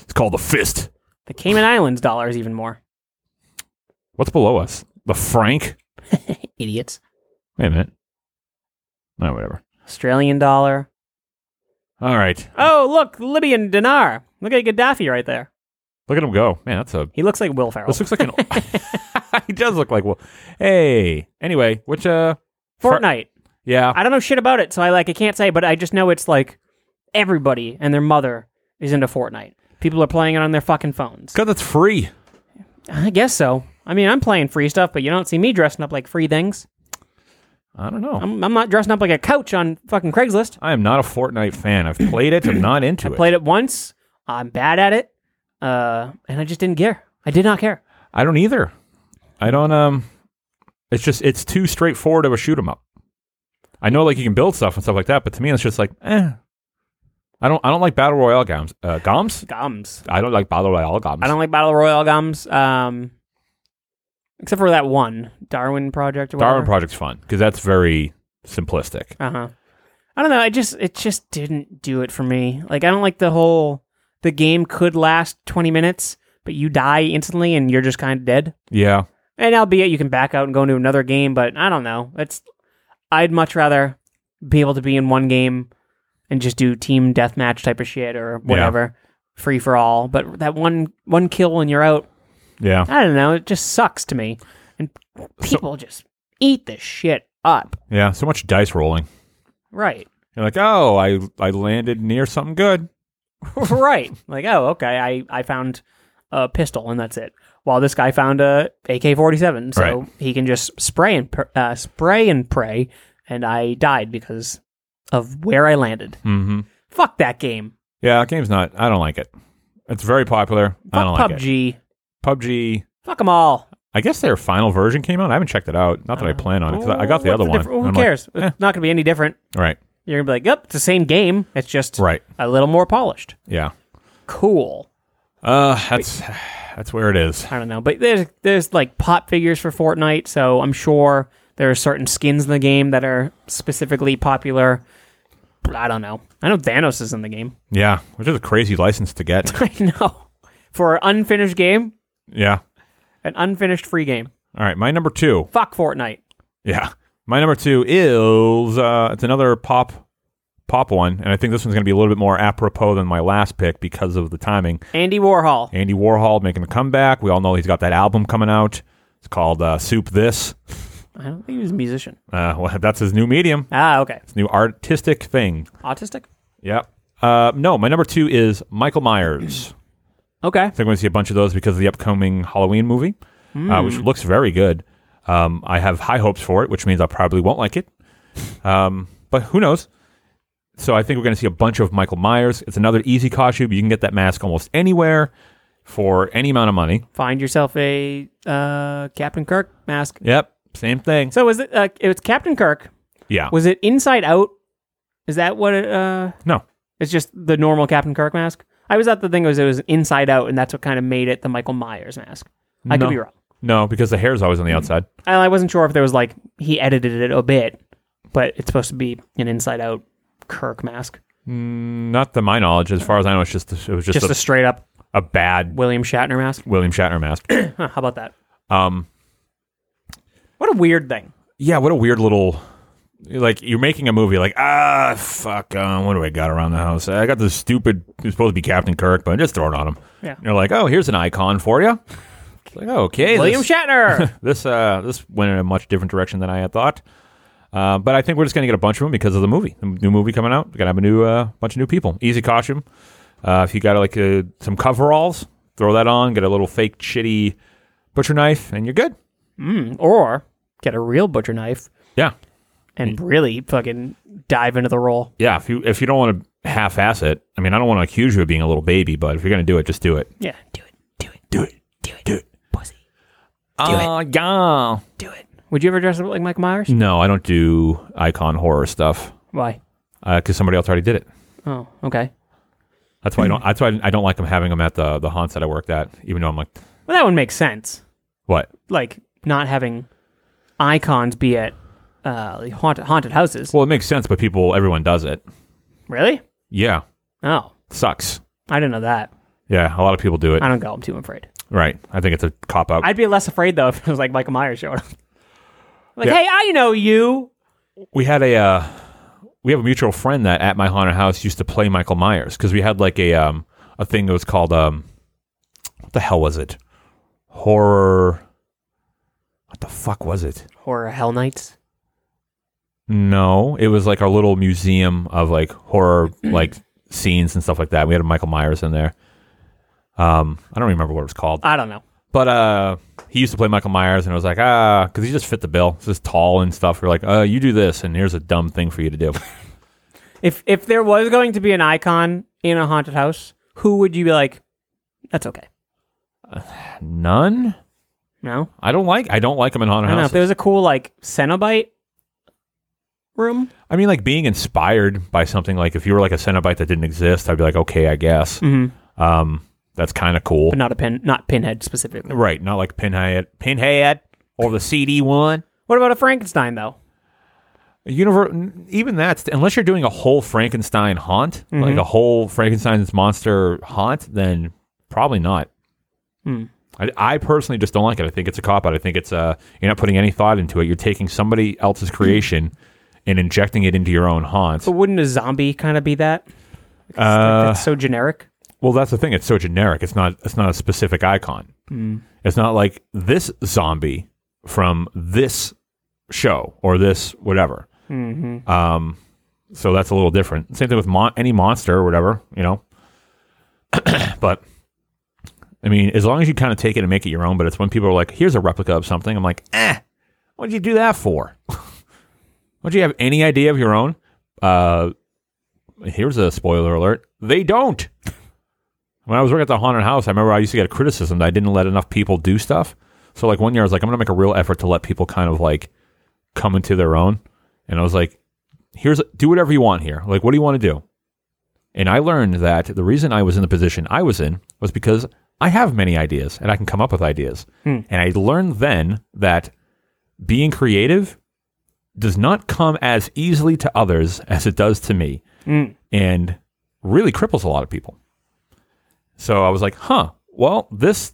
It's called the fist. The Cayman Islands dollar is even more. What's below us? The franc? Idiots. Wait a minute. No, whatever. Australian dollar. All right. Oh, look, Libyan dinar. Look at Gaddafi right there. Look at him go. Man, that's a. He looks like Will Ferrell. This looks like an. he does look like well. Hey. Anyway, which uh. fr- Fortnite. yeah. I don't know shit about it, so I like I can't say, but I just know it's like everybody and their mother is into Fortnite. People are playing it on their fucking phones. Because it's free. I guess so. I mean, I'm playing free stuff, but you don't see me dressing up like free things. I don't know. I'm, I'm, I'm not dressing up like a couch on fucking Craigslist. not a Fortnite fan. I've played it. I'm not into it. Played it once. I'm bad at it, uh, and I just didn't care. I did not care. I don't either. I don't um. It's just it's too straightforward of a shoot 'em up. I know like you can build stuff and stuff like that, but to me it's just like eh. I don't I don't like battle royale games. Uh, goms? Gums. I don't like battle royale goms. I don't like battle royale gums. Um, except for that one Darwin project. Or Darwin whatever. Project's fun because that's very simplistic. Uh huh. I don't know. I just it just didn't do it for me. Like I don't like the whole the game could last twenty minutes, but you die instantly and you're just kind of dead. Yeah. And albeit you can back out and go into another game, but I don't know. It's I'd much rather be able to be in one game and just do team deathmatch type of shit or whatever, free for all. But that one one kill and you're out. Yeah. I don't know. It just sucks to me. And people just eat the shit up. Yeah. So much dice rolling. Right. You're like, oh, I I landed near something good. right. Like, oh, okay, I, I found a pistol and that's it. While this guy found a AK forty seven, so Right. he can just spray and pr- uh, spray and pray. And I died because of where I landed. Mm-hmm. Fuck that game. Yeah, that game's not. I don't like it. It's very popular. I Fuck don't like it. PUBG. PUBG. Fuck them all. I guess their final version came out. I haven't checked it out. Not that I plan on it. 'cause I I got the What's other one. differ- and Who I'm like, cares? eh. It's not going to be any different. right. You're going to be like, yep, it's the same game. It's just Right. a little more polished. Yeah. Cool. Uh, that's that's where it is. I don't know, but there's there's like pop figures for Fortnite, so I'm sure there are certain skins in the game that are specifically popular. But I don't know. I know Thanos is in the game. Yeah, which is a crazy license to get. I know. For an unfinished game, yeah. an unfinished free game. All right. My number two. Fuck Fortnite. Yeah. My number two is uh, it's another pop pop one, and I think this one's going to be a little bit more apropos than my last pick because of the timing. Andy Warhol. Andy Warhol making a comeback. We all know he's got that album coming out. It's called uh, Soup This. I don't think he was a musician. Uh, well, that's his new medium, Ah, okay. his new artistic thing. Autistic? Yep. Uh, no, my number two is Michael Myers. Okay. I think we're going to see a bunch of those because of the upcoming Halloween movie, uh, which looks very good. Um, I have high hopes for it, which means I probably won't like it. Um, but who knows? So I think we're going to see a bunch of Michael Myers. It's another easy costume. You can get that mask almost anywhere for any amount of money. Find yourself a uh, Captain Kirk mask. Yep. Same thing. So was it uh, it was Captain Kirk. yeah. Was it Inside Out? Is that what it uh no. It's just the normal Captain Kirk mask. I was at the thing was it was inside out, and that's what kind of made it the Michael Myers mask. I no. could be wrong. No, because the hair's always on the outside. I, I wasn't sure if there was like he edited it a bit, but it's supposed to be an inside out Kirk mask, Not to my knowledge. As far as I know, it's just it was just, just a a, straight up a bad William Shatner mask. William Shatner mask. Huh, how about that? um, What a weird thing. yeah, what a weird little like you're making a movie like ah fuck um, what do I got around the house? I got this stupid who's supposed to be Captain Kirk, but I just throw it on him. Yeah. And you're like, oh, here's an icon for you. It's like okay, William this, Shatner. this uh this went in a much different direction than I had thought. Uh, but I think we're just gonna get a bunch of them because of the movie, the new movie coming out. We're gonna have a new uh, bunch of new people. Easy costume. Uh, if you got like uh some coveralls, throw that on, get a little fake shitty butcher knife, and you're good. or get a real butcher knife Yeah, Mm. and really fucking dive into the role. Yeah, if you if you don't want to half-ass it, I mean, I don't want to accuse you of being a little baby, but if you're gonna do it, just do it. Yeah. Do it. Do it. Do it. Do it. Pussy. Uh, yeah. Do it. Would you ever dress up like Michael Myers? No, I don't do icon horror stuff Why? because somebody else already did it. Oh, okay. That's why I don't. That's why I don't like them having them at the the haunts that I worked at. Even though I'm like, Well, that one makes sense. what? like not having icons be at uh, like haunted haunted houses. Well, it makes sense, but people, everyone does it. really? Yeah, Oh, sucks. I didn't know that. Yeah, a lot of people do it. I don't go. I'm too afraid. Right. I think it's a cop out. I'd be less afraid though if it was like Michael Myers showed up. Like, Yeah. hey, I know you. we had a uh, we have a mutual friend that at my haunted house used to play Michael Myers because we had like a um a thing that was called um what the hell was it horror what the fuck was it Horror Hell Knights. no it was like our little museum of like horror like scenes and stuff like that we had a Michael Myers in there um I don't remember what it was called I don't know. but uh, he used to play Michael Myers, and I was like, ah, because he just fit the bill. He's just tall and stuff. We're like, uh, you do this, and here's a dumb thing for you to do. If if there was going to be an icon in a haunted house, who would you be like? That's okay. None. No, I don't like I don't like them in I haunted don't know if there houses. was a cool like Cenobite room. I mean, like being inspired by something. Like if you were like a Cenobite that didn't exist, I'd be like, okay, I guess. Mm-hmm. Um, that's kind of cool. But not a pin, not Pinhead specifically. right? Not like Pinhead, Pinhead, or the CD one. What about a Frankenstein though? Universe, even that's unless you're doing a whole Frankenstein haunt, like a whole Frankenstein's monster haunt, then probably not. Hmm. I, I personally just don't like it. I think it's a cop out. I think it's uh you're not putting any thought into it. You're taking somebody else's creation and injecting it into your own haunt. But wouldn't a zombie kind of be that? It's like- Uh, that's so generic. Well, that's the thing. It's so generic. It's not. It's not a specific icon. It's not like this zombie from this show or this whatever. Um, so that's a little different. Same thing with mon- any monster or whatever, you know. but I mean, as long as you kind of take it and make it your own. But it's when people are like, "Here's a replica of something." I'm like, "Eh, what'd you do that for? Would you have any idea of your own?" Uh, here's a spoiler alert: they don't. When I was working at the haunted house, I remember I used to get a criticism that I didn't let enough people do stuff. So like one year, I was like, I'm gonna make a real effort to let people kind of like come into their own. And I was like, here's do whatever you want here. Like, what do you want to do? And I learned that the reason I was in the position I was in was because I have many ideas and I can come up with ideas. And I learned then that being creative does not come as easily to others as it does to me and really cripples a lot of people. So I was like, huh, well, this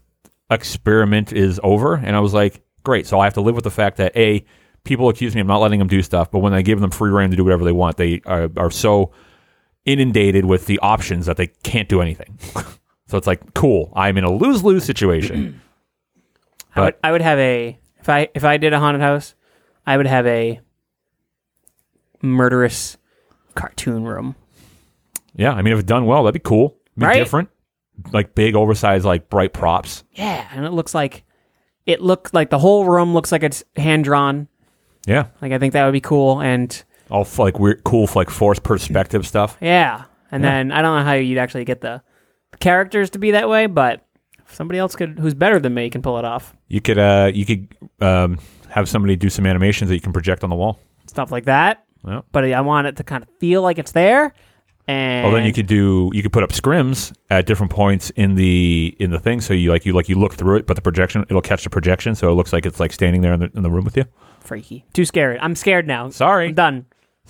experiment is over. And I was like, great. So I have to live with the fact that A, people accuse me of not letting them do stuff, but when I give them free reign to do whatever they want, they are, are so inundated with the options that they can't do anything. so it's like, cool, I'm in a lose lose situation. I would, I would have a if I if I did a haunted house, I would have a murderous cartoon room. yeah, I mean, if done well, that'd be cool. Be Right? different. Like big, oversized, like bright props. Yeah, and it looks like it looks like the whole room looks like it's hand drawn. Yeah. Like I think that would be cool. And All f- like weird, cool, like forced perspective stuff. yeah, and then I don't know how you'd actually get the characters to be that way, but if somebody else could who's better than me can pull it off. You could uh, you could um, have somebody do some animations that you can project on the wall. Stuff like that. Yeah. But I want it to kind of feel like it's there. And Well, Oh, then you could do you could put up scrims at different points in the in the thing, so you like you like you look through it, but the projection it'll catch the projection, so it looks like it's like standing there in the in the room with you. freaky. Too scary. I'm scared now. Sorry, I'm done.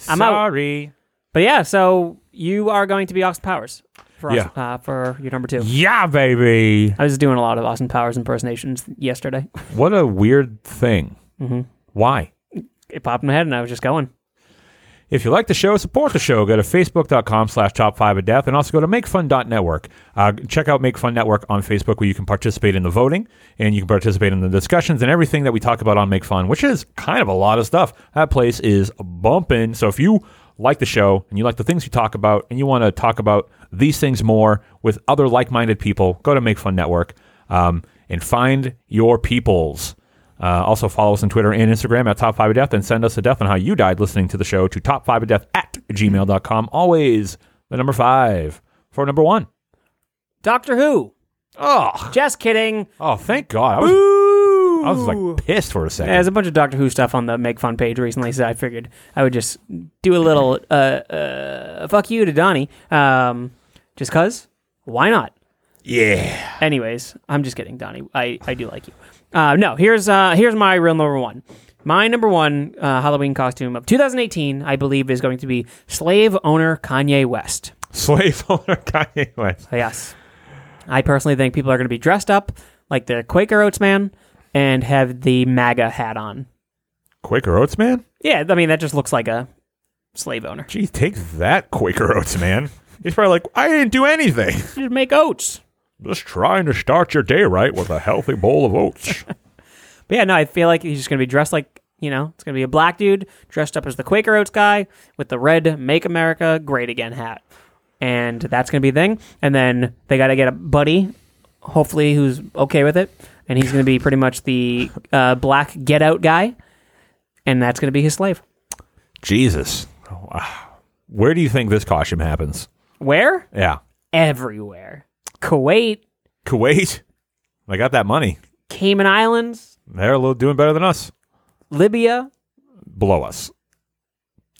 I'm out. sorry. But yeah, so you are going to be Austin Powers for Yeah. Austin, uh, for your number two. Yeah, baby. I was doing a lot of Austin Powers impersonations yesterday. What a weird thing. Mm-hmm. Why? It popped in my head, and I was just going. If you like the show, support the show. Go to facebook.com slash top five of death and also go to makefun.network. Uh, check out Make Fun Network on Facebook where you can participate in the voting and you can participate in the discussions and everything that we talk about on Make Fun, which is kind of a lot of stuff. That place is bumping. So if you like the show and you like the things we talk about and you want to talk about these things more with other like minded people, go to Make Fun Network um, and find your peoples. Uh, also, follow us on Twitter and Instagram at Top 5 of Death and send us a death on how you died listening to the show to top 5 of death at gmail.com. Always the number five for number one. Doctor Who. Oh, Just kidding. oh thank God. I was, I was like pissed for a second. There's a bunch of Doctor Who stuff on the Make Fun page recently, so I figured I would just do a little uh, uh fuck you to Donnie, um, just cause why not? yeah. Anyways, I'm just kidding, Donnie. I, I do like you. Uh, no, here's uh, here's my real number one. My number one uh, Halloween costume of 2018, I believe, is going to be slave owner Kanye West. Slave owner Kanye West. Yes, I personally think people are going to be dressed up like the Quaker Oats man and have the MAGA hat on. Quaker Oats, man? Yeah, I mean that just looks like a slave owner. Gee, take that, Quaker Oats, man. He's probably like, I didn't do anything. Just make oats. Just trying to start your day right with a healthy bowl of oats. But yeah, no, I feel like he's just gonna be dressed like you know, it's gonna be a black dude dressed up as the Quaker Oats guy with the red "Make America Great Again" hat, and that's gonna be a thing. And then they gotta get a buddy, hopefully who's okay with it, and he's gonna be pretty much the uh, black Get Out guy, and that's gonna be his slave. Jesus. Oh, ah. Where do you think this costume happens? Where? Yeah. Everywhere. Kuwait, Kuwait. I got that money. Cayman Islands, They're a little doing better than us. Libya, Blow us.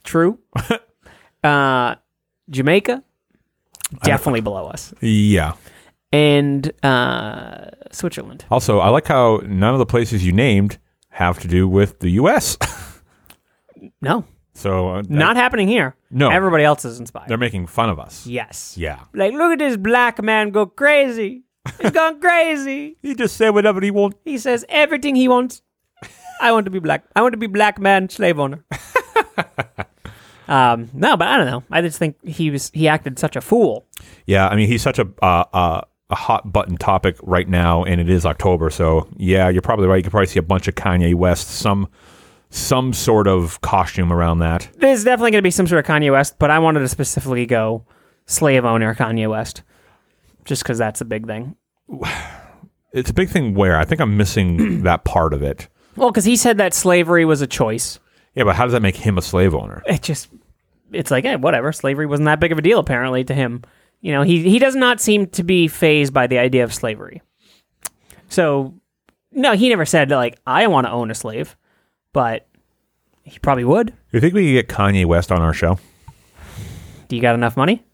true. uh, Jamaica, definitely below us. Yeah. And uh, Switzerland. Also, I like how none of the places you named have to do with the U.S. No, so uh, not happening here. No. Everybody else is inspired. they're making fun of us. yes. Yeah. Like, look at this black man go crazy. He's gone crazy. He just said whatever he want. He says everything he wants. I want to be black. I want to be black man slave owner. um, no, but I don't know. I just think he was he acted such a fool. Yeah, I mean he's such a uh, uh, a hot button topic right now, and it is October, so yeah, you're probably right. You could probably see a bunch of Kanye West, some some sort of costume around that. There's definitely going to be some sort of Kanye West, but I wanted to specifically go slave owner Kanye West, just because that's a big thing. It's a big thing. Where I think I'm missing that part of it. Well, because he said that slavery was a choice. Yeah, but how does that make him a slave owner? It just, it's like, hey, whatever. Slavery wasn't that big of a deal apparently to him. You know, he he does not seem to be phased by the idea of slavery. So, no, he never said like I want to own a slave, but he probably would. You think we could get Kanye West on our show? Do you got enough money?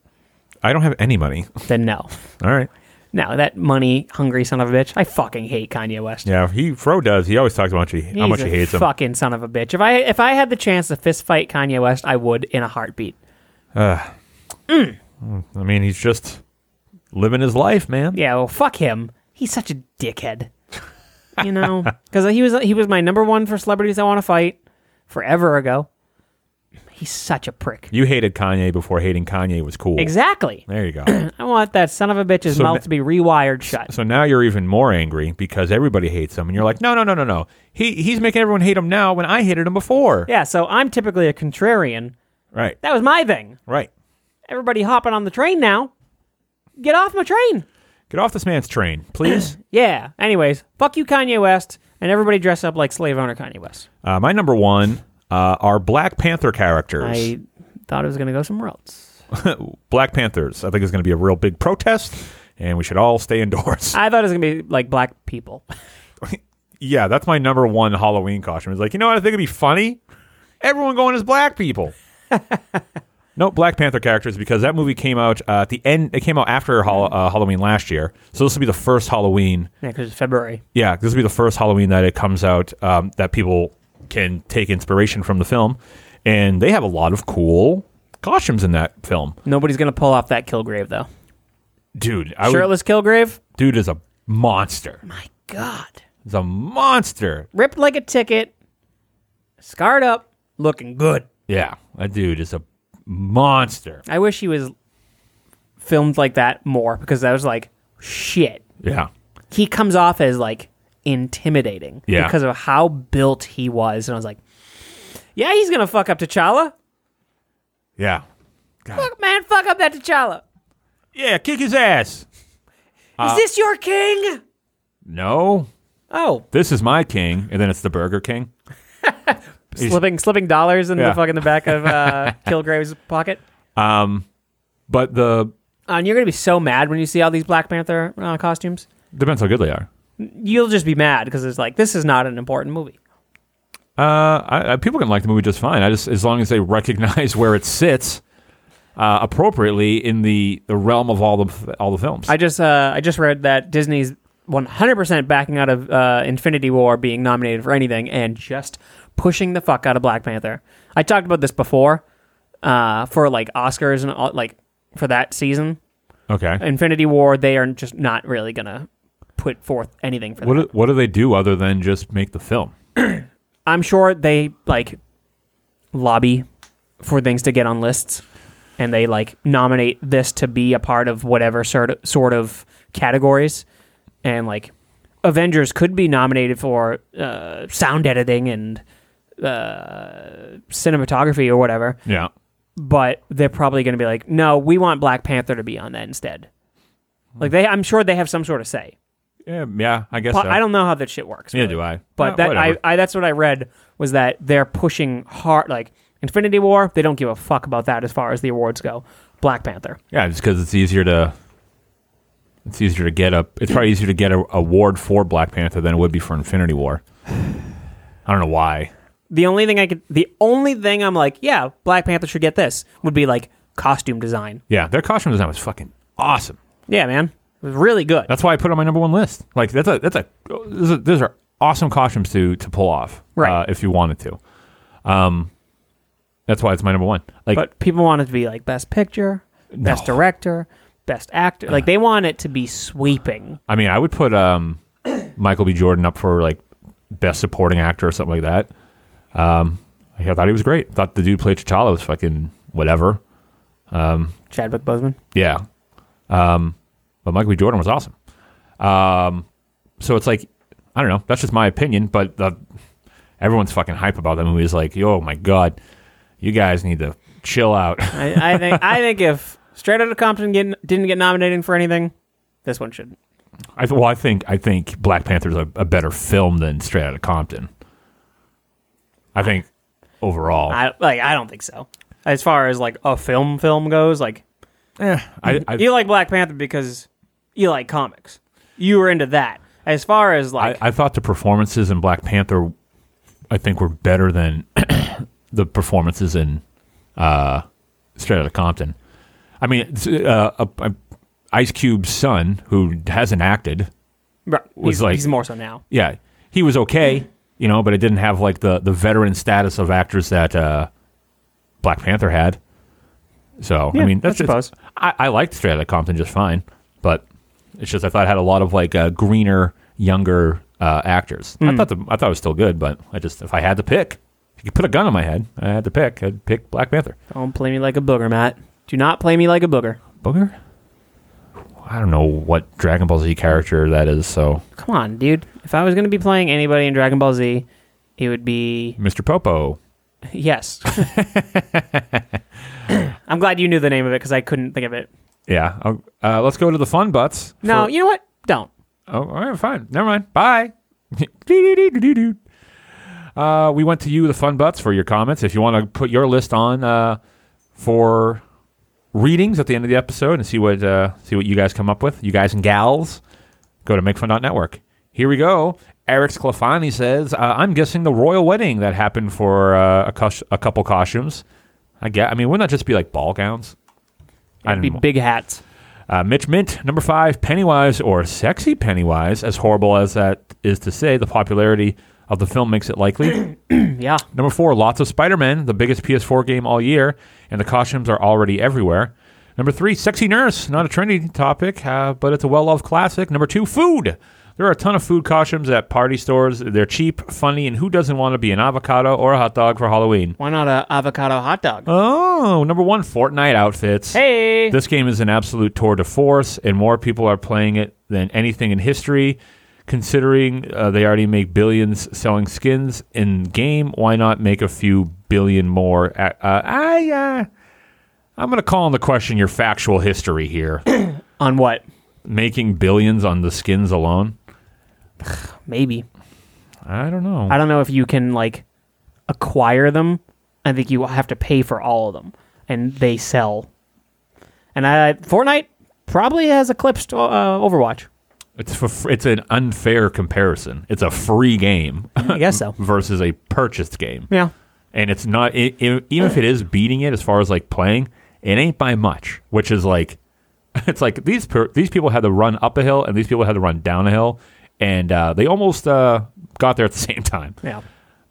I don't have any money. Then no, All right. no, that money hungry son of a bitch. I fucking hate Kanye West. Yeah, he Fro does. He always talks about you, how He's much a he hates him. fucking son of a bitch. If I if I had the chance to fist fight Kanye West, I would in a heartbeat. I mean, he's just living his life, man. Yeah, well, fuck him. He's such a dickhead. You know, because he was he was my number one for celebrities I want to fight forever ago. He's such a prick. You hated Kanye before hating Kanye was cool. Exactly. There you go. I want that son of a bitch's So mouth na- to be rewired shut. So now you're even more angry because everybody hates him, and you're like, no, no, no, no, no. He he's making everyone hate him now when I hated him before. Yeah, so I'm typically a contrarian. Right. That was my thing. Right. Everybody hopping on the train now. Get off my train. Get off this man's train, please. Yeah. Anyways, fuck you, Kanye West, and everybody dress up like slave owner Kanye West. uh, my number one uh, are Black Panther characters. I thought it was gonna go somewhere else. Black Panthers. I think is going to be a real big protest, and we should all stay indoors. I thought it was gonna be like black people. yeah, that's my number one Halloween costume. It's like, you know what? I think it'd be funny. Everyone going as black people. no Black Panther characters because that movie came out uh, at the end. It came out after Hall- uh, Halloween last year, so this will be the first Halloween. Yeah, because it's February. Yeah, this will be the first Halloween that it comes out um, that people can take inspiration from the film, and they have a lot of cool costumes in that film. Nobody's gonna pull off that Kilgrave though. Dude, I would, Shirtless Kilgrave, dude is a monster. God, He's a monster. ripped like a ticket, scarred up, looking good. Yeah, that dude is a monster. I wish he was filmed like that more because I was like, shit. Yeah. He comes off as like intimidating Yeah. because of how built he was, and I was like, yeah, he's gonna fuck up T'Challa. Yeah. Fuck, man, fuck up that T'Challa. Yeah, kick his ass. Uh, Is this your king? No, Oh, this is my king, and then it's the Burger King. slipping slipping dollars in Yeah. the fucking the back of uh, Kilgrave's pocket. But the Uh, and you're gonna be so mad when you see all these Black Panther uh, costumes. depends how good they are. You'll just be mad because it's like this is not an important movie. Uh, I, I, people can like the movie just fine. I just as long as they recognize where it sits uh, appropriately in the, the realm of all the all the films. I just uh, I just read that Disney's 100% backing out of uh, Infinity War being nominated for anything and just pushing the fuck out of Black Panther. I talked about this before uh, for like Oscars and all, like for that season. okay. Infinity War, they are just not really gonna put forth anything for what that. do, what do they do other than just make the film? I'm sure they like lobby for things to get on lists, and they like nominate this to be a part of whatever sort of, sort of categories, and like Avengers could be nominated for uh, sound editing and uh, cinematography or whatever, Yeah. but they're probably going to be like, no, we want Black Panther to be on that instead. Like they, I'm sure they have some sort of say. Yeah, yeah I guess Po- so. I don't know how that shit works. Neither really. do I. But Yeah, that I, Oh, whatever. I that's what I read was that they're pushing hard like Infinity War, they don't give a fuck about that as far as the awards go. Black Panther. yeah, just because it's easier to It's easier to get a. It's probably easier to get a award for Black Panther than it would be for Infinity War. I don't know why. The only thing I could, the only thing I'm like, yeah, Black Panther should get this would be like costume design. Yeah, their costume design was fucking awesome. Yeah, man, it was really good. That's why I put it on my number one list. Like that's a that's a those are, those are awesome costumes to to pull off. Right. Uh, if you wanted to. Um, that's why it's my number one. Like but people want it to be like best picture, best No. director, best actor. Like they want it to be sweeping. I mean, I would put um, Michael B. Jordan up for like best supporting actor or something like that. Um, like, I thought he was great. Thought the dude played T'Challa was fucking whatever. Chadwick Boseman. Yeah. Um, but Michael B. Jordan was awesome. Um, so it's like, I don't know. That's just my opinion, but the, everyone's fucking hype about that movie. Is like, oh my god, you guys need to chill out. I, I think I think if Straight Outta Compton get, didn't get nominated for anything, this one should. I th- well, I think I think Black Panther's a, a better film than Straight Outta Compton. I think overall, I like. I don't think so. As far as like a film film goes, like Eh, I, I, you like Black Panther because you like comics. You were into that. As far as I, like, I thought the performances in Black Panther, I think, were better than the performances in uh, Straight Outta Compton. I mean, it's, uh, uh, uh, Ice Cube's son, who hasn't acted, Right. was he's, like- he's more so now. yeah, he was okay, you know, but it didn't have like the the veteran status of actors that uh, Black Panther had. So I Yeah, mean, that's I just- suppose. I, I liked Straight Outta Compton just fine, but it's just I thought it had a lot of like uh, greener, younger uh, actors. I thought the I thought it was still good, but I just if I had to pick, if you could put a gun on my head, I had to pick. I'd pick Black Panther. Don't play me like a booger, Matt. Do not play me like a booger. Booger. I don't know what Dragon Ball Z character that is. So Come on, dude. If I was going to be playing anybody in Dragon Ball Z, it would be Mr. Popo. yes. I'm glad you knew the name of it because I couldn't think of it. Yeah. I'll- Uh, let's go to the fun butts. No, for- you know what? Don't. Oh, all right, fine. Never mind. Bye. Dee-dee-dee-dee-dee-doo. uh, we went to you, the fun butts, for your comments. If you want to put your list on uh, for readings at the end of the episode and see what uh, see what you guys come up with, you guys and gals, go to makefun.network. Here we go. Eric Sclafani says, uh, "I'm guessing the royal wedding that happened for uh, a, cus- a couple costumes. I get. I mean, wouldn't that just be like ball gowns? I It'd be know. big hats. Uh, Mitch Mint, number five, Pennywise or Sexy Pennywise. As horrible as that is to say, the popularity of the film makes it likely. Yeah. number four, lots of Spider Man, the biggest PS4 game all year, and the costumes are already everywhere. Number three, Sexy Nurse, not a trendy topic, uh, but it's a well loved classic. Number two, food. There are a ton of food costumes at party stores. They're cheap, funny, and who doesn't want to be an avocado or a hot dog for Halloween? Why not a avocado hot dog? Oh, number one, Fortnite outfits. hey. This game is an absolute tour de force, and more people are playing it than anything in history. Considering uh, they already make billions selling skins in game, why not make a few billion more? Uh, uh, I, uh, I'm going to call into question your factual history here. On what? Making billions on the skins alone? Maybe. I don't know. I don't know if you can like acquire them. I think you have to pay for all of them, and they sell. And I Fortnite probably has eclipsed uh, Overwatch. it's for, fr- it's an unfair comparison. It's a free game I guess so. versus a purchased game. Yeah. and it's not i i even if it is beating it as far as like playing it ain't by much which is like it's like these per- these people had to run up a hill and these people had to run down a hill and uh, they almost uh, got there at the same time Yeah.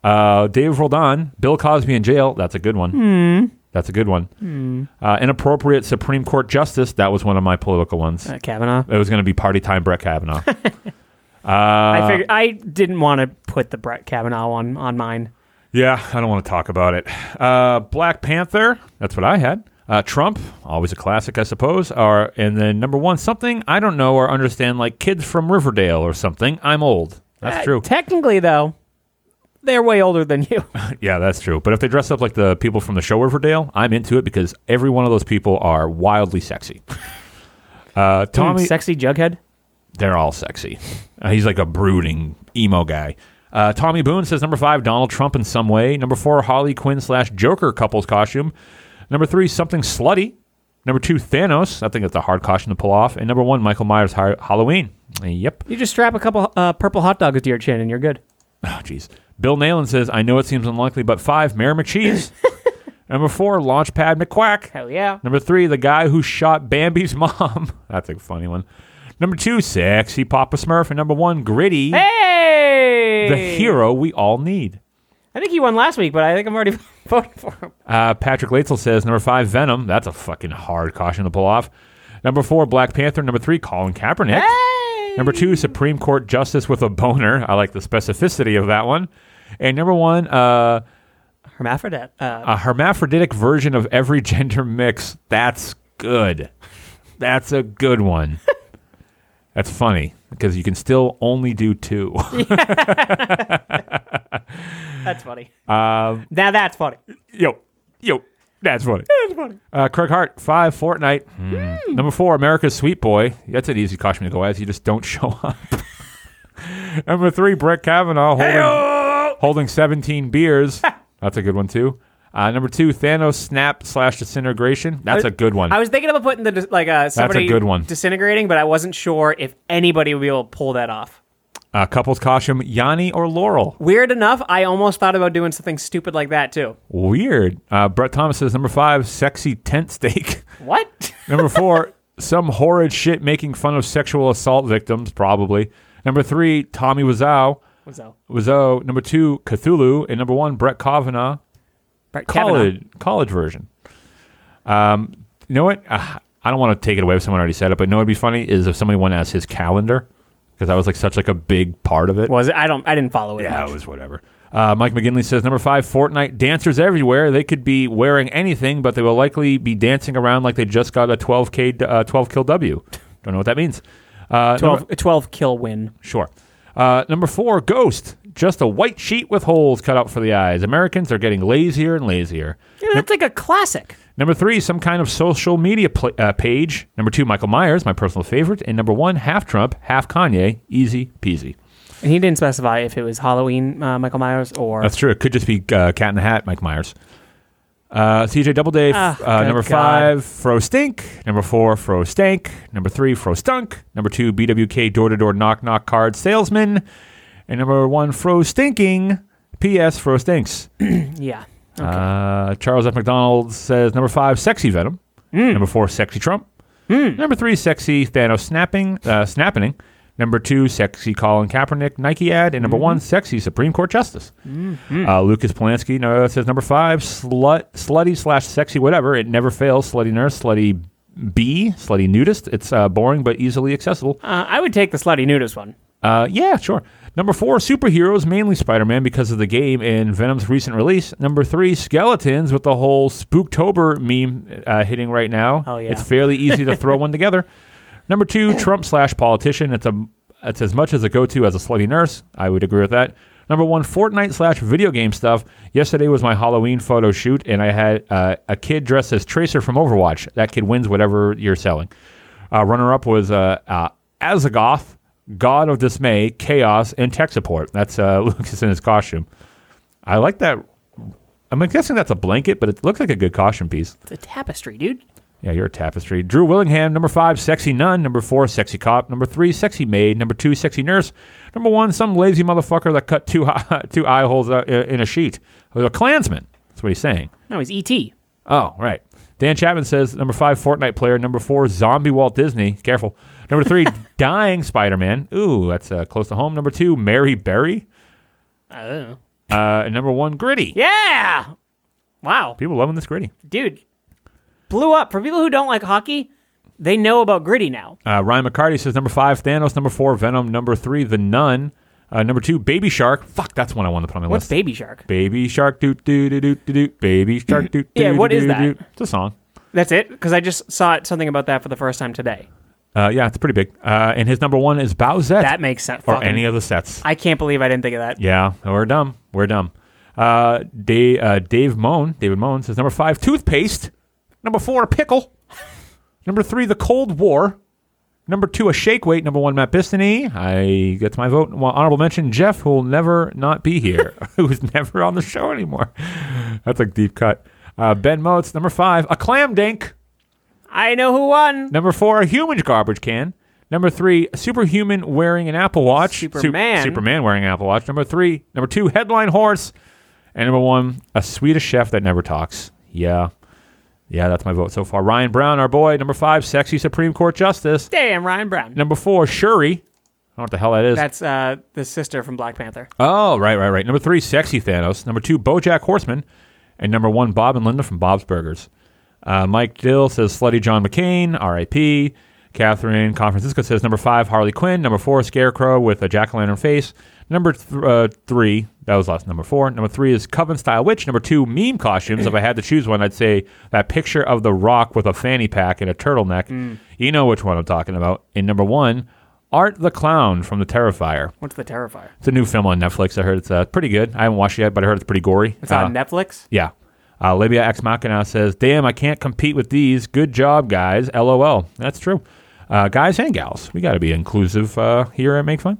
uh, Dave Roldan, Bill Cosby in jail. That's a good one. That's a good one. Uh, inappropriate Supreme Court justice. That was one of my political ones. Uh, Kavanaugh. It was going to be party time. Brett Kavanaugh. Uh, I figured I didn't want to put the Brett Kavanaugh on on mine. Yeah, I don't want to talk about it. Uh, Black Panther. That's what I had. Uh, Trump, always a classic, I suppose. Or and then number one, something I don't know or understand, like kids from Riverdale or something. I'm old. That's Uh, true. Technically, though, they're way older than you. yeah, that's true. But if they dress up like the people from the show Riverdale, I'm into it because every one of those people are wildly sexy. Uh, Tommy, sexy Jughead. they're all sexy. Uh, he's like a brooding emo guy. Uh, Tommy Boone says number five, Donald Trump in some way. Number four, Harley Quinn slash Joker couples costume. Number three, something slutty. Number two, Thanos. I think that's a hard caution to pull off. And number one, Michael Myers Hi- Halloween. Yep. You just strap a couple uh, purple hot dogs to your chin and you're good. Oh, jeez. Bill Nalen says, I know it seems unlikely, but five, Mayor McCheese. number four, Launchpad McQuack. Hell yeah. Number three, the guy who shot Bambi's mom. That's a funny one. Number two, sexy Papa Smurf. And number one, Gritty, Hey! the hero we all need. I think he won last week, but I think I'm already voting for him. Uh, Patrick Latzel says number five, Venom. That's a fucking hard caution to pull off. Number four, Black Panther. Number three, Colin Kaepernick. Hey! Number two, Supreme Court Justice with a boner. I like the specificity of that one. And number one, uh, Hermaphrodite. Uh, a hermaphroditic version of every gender mix. That's good. That's a good one. That's funny because you can still only do two. that's funny. uh, now that's funny. yo, yo, that's funny. That's funny. Hmm. Uh, Craig Hart, five, Fortnite. Number four, America's Sweet Boy. That's an easy caution to go as. You just don't show up. Number three, Brett Kavanaugh holding, holding 17 beers. That's a good one, too. Uh, number two, Thanos snap slash disintegration. That's a good one. I was thinking about putting the dis- like uh, somebody good one. disintegrating, but I wasn't sure if anybody would be able to pull that off. uh, couples caution, Yanni or Laurel. Weird enough, I almost thought about doing something stupid like that too. Weird. Uh, Brett Thomas says number five, sexy tent stake. What? Number four, some horrid shit making fun of sexual assault victims, probably. Number three, Tommy Wiseau. What's that? Wiseau. Number two, Cthulhu. And number one, Brett Kavanaugh. Brett Kavanaugh. College, college version. Um, you know what? Uh, I don't want to take it away if someone already said it, but you know what would be funny is if somebody went as his calendar because that was like such like a big part of it. Was it? I don't. I didn't follow it. Yeah, it was whatever. Uh, Mike McGinley says number five, Fortnite dancers everywhere. They could be wearing anything, but they will likely be dancing around like they just got a 12k, uh, 12 kill W. Don't know what that means. Uh, Twelve. number- a Twelve kill win. sure. Uh, number four, Ghost. Just a white sheet with holes cut out for the eyes. Americans are getting lazier and lazier. Yeah, that's like a classic. Number three, some kind of social media pla uh, page. Number two, Michael Myers, my personal favorite. And number one, half Trump, half Kanye. Easy peasy. And he didn't specify if it was Halloween uh, Michael Myers or That's true. It could just be uh, Cat in the Hat, Mike Myers. Uh, CJ Doubleday, Ah, f- uh, good number God. five, Fro Stink. Number four, Fro Stank. Number three, Fro Stunk. Number two, BWK Door to Door Knock Knock Card Salesman. And number one, Fro Stinking. P.S. Fro Stinks. yeah. Uh, Charles F. McDonald says number five, Sexy Venom. Number four, Sexy Trump. Number three, Sexy Thanos Snapping. Uh, snapping. Number two, Sexy Colin Kaepernick Nike ad. And number one, Sexy Supreme Court Justice. Uh, Lucas Polanski no, says number five, slut, slutty slash sexy whatever. It never fails. Slutty nurse, slutty bee, slutty nudist. It's uh, boring but easily accessible. Uh, I would take the slutty nudist one. Uh, yeah, sure. Number four, superheroes, mainly Spider Man because of the game and Venom's recent release. Number three, skeletons with the whole Spooktober meme uh, hitting right now. Oh, yeah. It's fairly easy to throw one together. Number two, Trump slash politician. It's a it's as much as a go to as a slutty nurse. I would agree with that. Number one, Fortnite slash video game stuff. Yesterday was my Halloween photo shoot, and I had uh, a kid dressed as Tracer from Overwatch. That kid wins whatever you're selling. Uh, runner up was uh, uh, Azagoth, God of Dismay, Chaos, and Tech Support. That's uh, Lucas in his costume. I like that. I'm guessing that's a blanket, but it looks like a good costume piece. It's a tapestry, dude. Yeah, you're a tapestry. Drew Willingham, number five, sexy nun. Number four, sexy cop. Number three, sexy maid. Number two, sexy nurse. Number one, some lazy motherfucker that cut two eye, two eye holes uh, in a sheet. It was a Klansman. That's what he's saying. No, E he's ET. Oh, right. Dan Chapman says number five, Fortnite player. Number four, zombie Walt Disney. Careful. Number three, dying Spider Man. Ooh, that's uh, close to home. Number two, Mary Berry. I don't know. Uh, and number one, gritty. Yeah. Wow, People loving this gritty. dude, blew up. For people who don't like hockey, they know about gritty now. Uh, Ryan McCarty says number five, Thanos. Number four, Venom. Number three, The Nun. Uh, number two, Baby Shark. Fuck, that's one I want to put on my What's list. Baby Shark? Baby Shark, doo doo doo doo doo doo. Baby Shark, doo doo. Yeah, what doo, is doo, that? doo. It's a song. That's it? Because I just saw it, something about that for the first time today. Uh, yeah, it's pretty big. Uh, and his number one is Bowsette. That makes sense. or Fucking- any of the sets. I can't believe I didn't think of that. Yeah, we're dumb. We're dumb. Uh, Dave, uh, Dave Moan, David Moan says number five, toothpaste. Number four, a pickle. number three, the Cold War. Number two, a shake weight. Number one, Matt Bistany. I that's my vote. Well, honorable mention, Jeff, who will never not be here, who's never on the show anymore. That's a deep cut. Uh, ben Moats, number five, a clam dink. I know who won. Number four, a human garbage can. Number three, a superhuman wearing an Apple Watch. Sup- Superman. Superman wearing an Apple Watch. Number three, number two, headline horse. And number one, a Swedish chef that never talks. Yeah. Yeah, that's my vote so far. Ryan Brown, our boy. Number five, sexy Supreme Court Justice. Damn, Ryan Brown. Number four, Shuri. I don't know what the hell that is. That's uh, the sister from Black Panther. oh, right, right, right. Number three, sexy Thanos. Number two, Bojack Horseman. And number one, Bob and Linda from Bob's Burgers. Uh, Mike Dill says slutty John McCain, R.I.P. Catherine Confrancisco says number five Harley Quinn, number four Scarecrow with a jack o' lantern face, number th- uh, three that was last number four, number three is Coven style witch, number two meme costumes. if I had to choose one, I'd say that picture of the Rock with a fanny pack and a turtleneck. You know which one I'm talking about. And number one, Art the Clown from The Terrifier. What's the Terrifier? It's a new film on Netflix. I heard it's uh, pretty good. I haven't watched it yet, but I heard it's pretty gory. It's Uh, on Netflix. yeah. Uh, Labia Ex Machina says, Damn, I can't compete with these. Good job, guys. LOL. That's true. Uh, guys and gals. We got to be inclusive uh, here at Make Fun.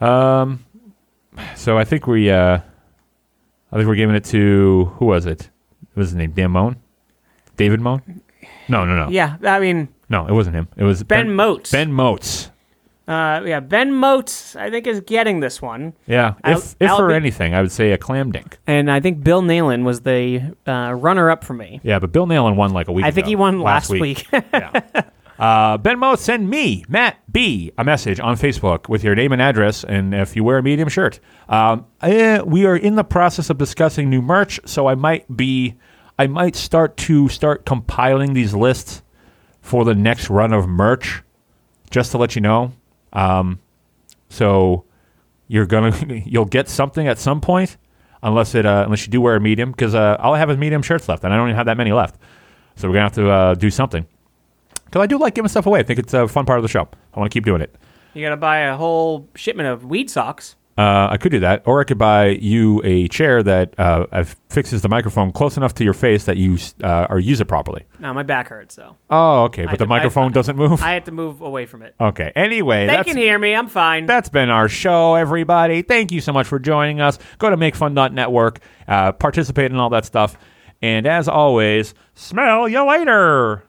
Um, so I think we, uh, I think we're giving it to who was it? What was his name? Dan Moan? David Moan? No, no, no, Yeah, I mean no. It wasn't him. It was Ben Motes. Ben Motes. Uh, yeah, Ben Motes, I think, is getting this one. Yeah. I'll- If, if I'll for be- anything, I would say a clam dink. And I think Bill Nalen was the uh, runner up for me. Yeah, but Bill Nalen won like a week. I think ago, he won last, week. Uh, ben Mo, send me, Matt B, a message on Facebook with your name and address, and if you wear a medium shirt. Um, eh, we are in the process of discussing new merch, so I might be, I might start to start compiling these lists for the next run of merch, just to let you know. Um, so you're gonna, you'll get something at some point, unless it, uh, unless you do wear a medium, because uh, all I have is medium shirts left, and I don't even have that many left. So we're gonna have to uh, do something. Because I do like giving stuff away. I think it's a fun part of the show. I want to keep doing it. you got to buy a whole shipment of weed socks. Uh, I could do that, or I could buy you a chair that uh, uh, fixes the microphone close enough to your face that you s- uh, or use it properly. Now my back hurts, so Oh, okay, but I- the I- microphone doesn't move. I had to move away from it. okay. Anyway, They that's can hear me. I'm fine. that's been our show, everybody. Thank you so much for joining us. Go to makefun.network, uh, participate in all that stuff, and as always, smell you later.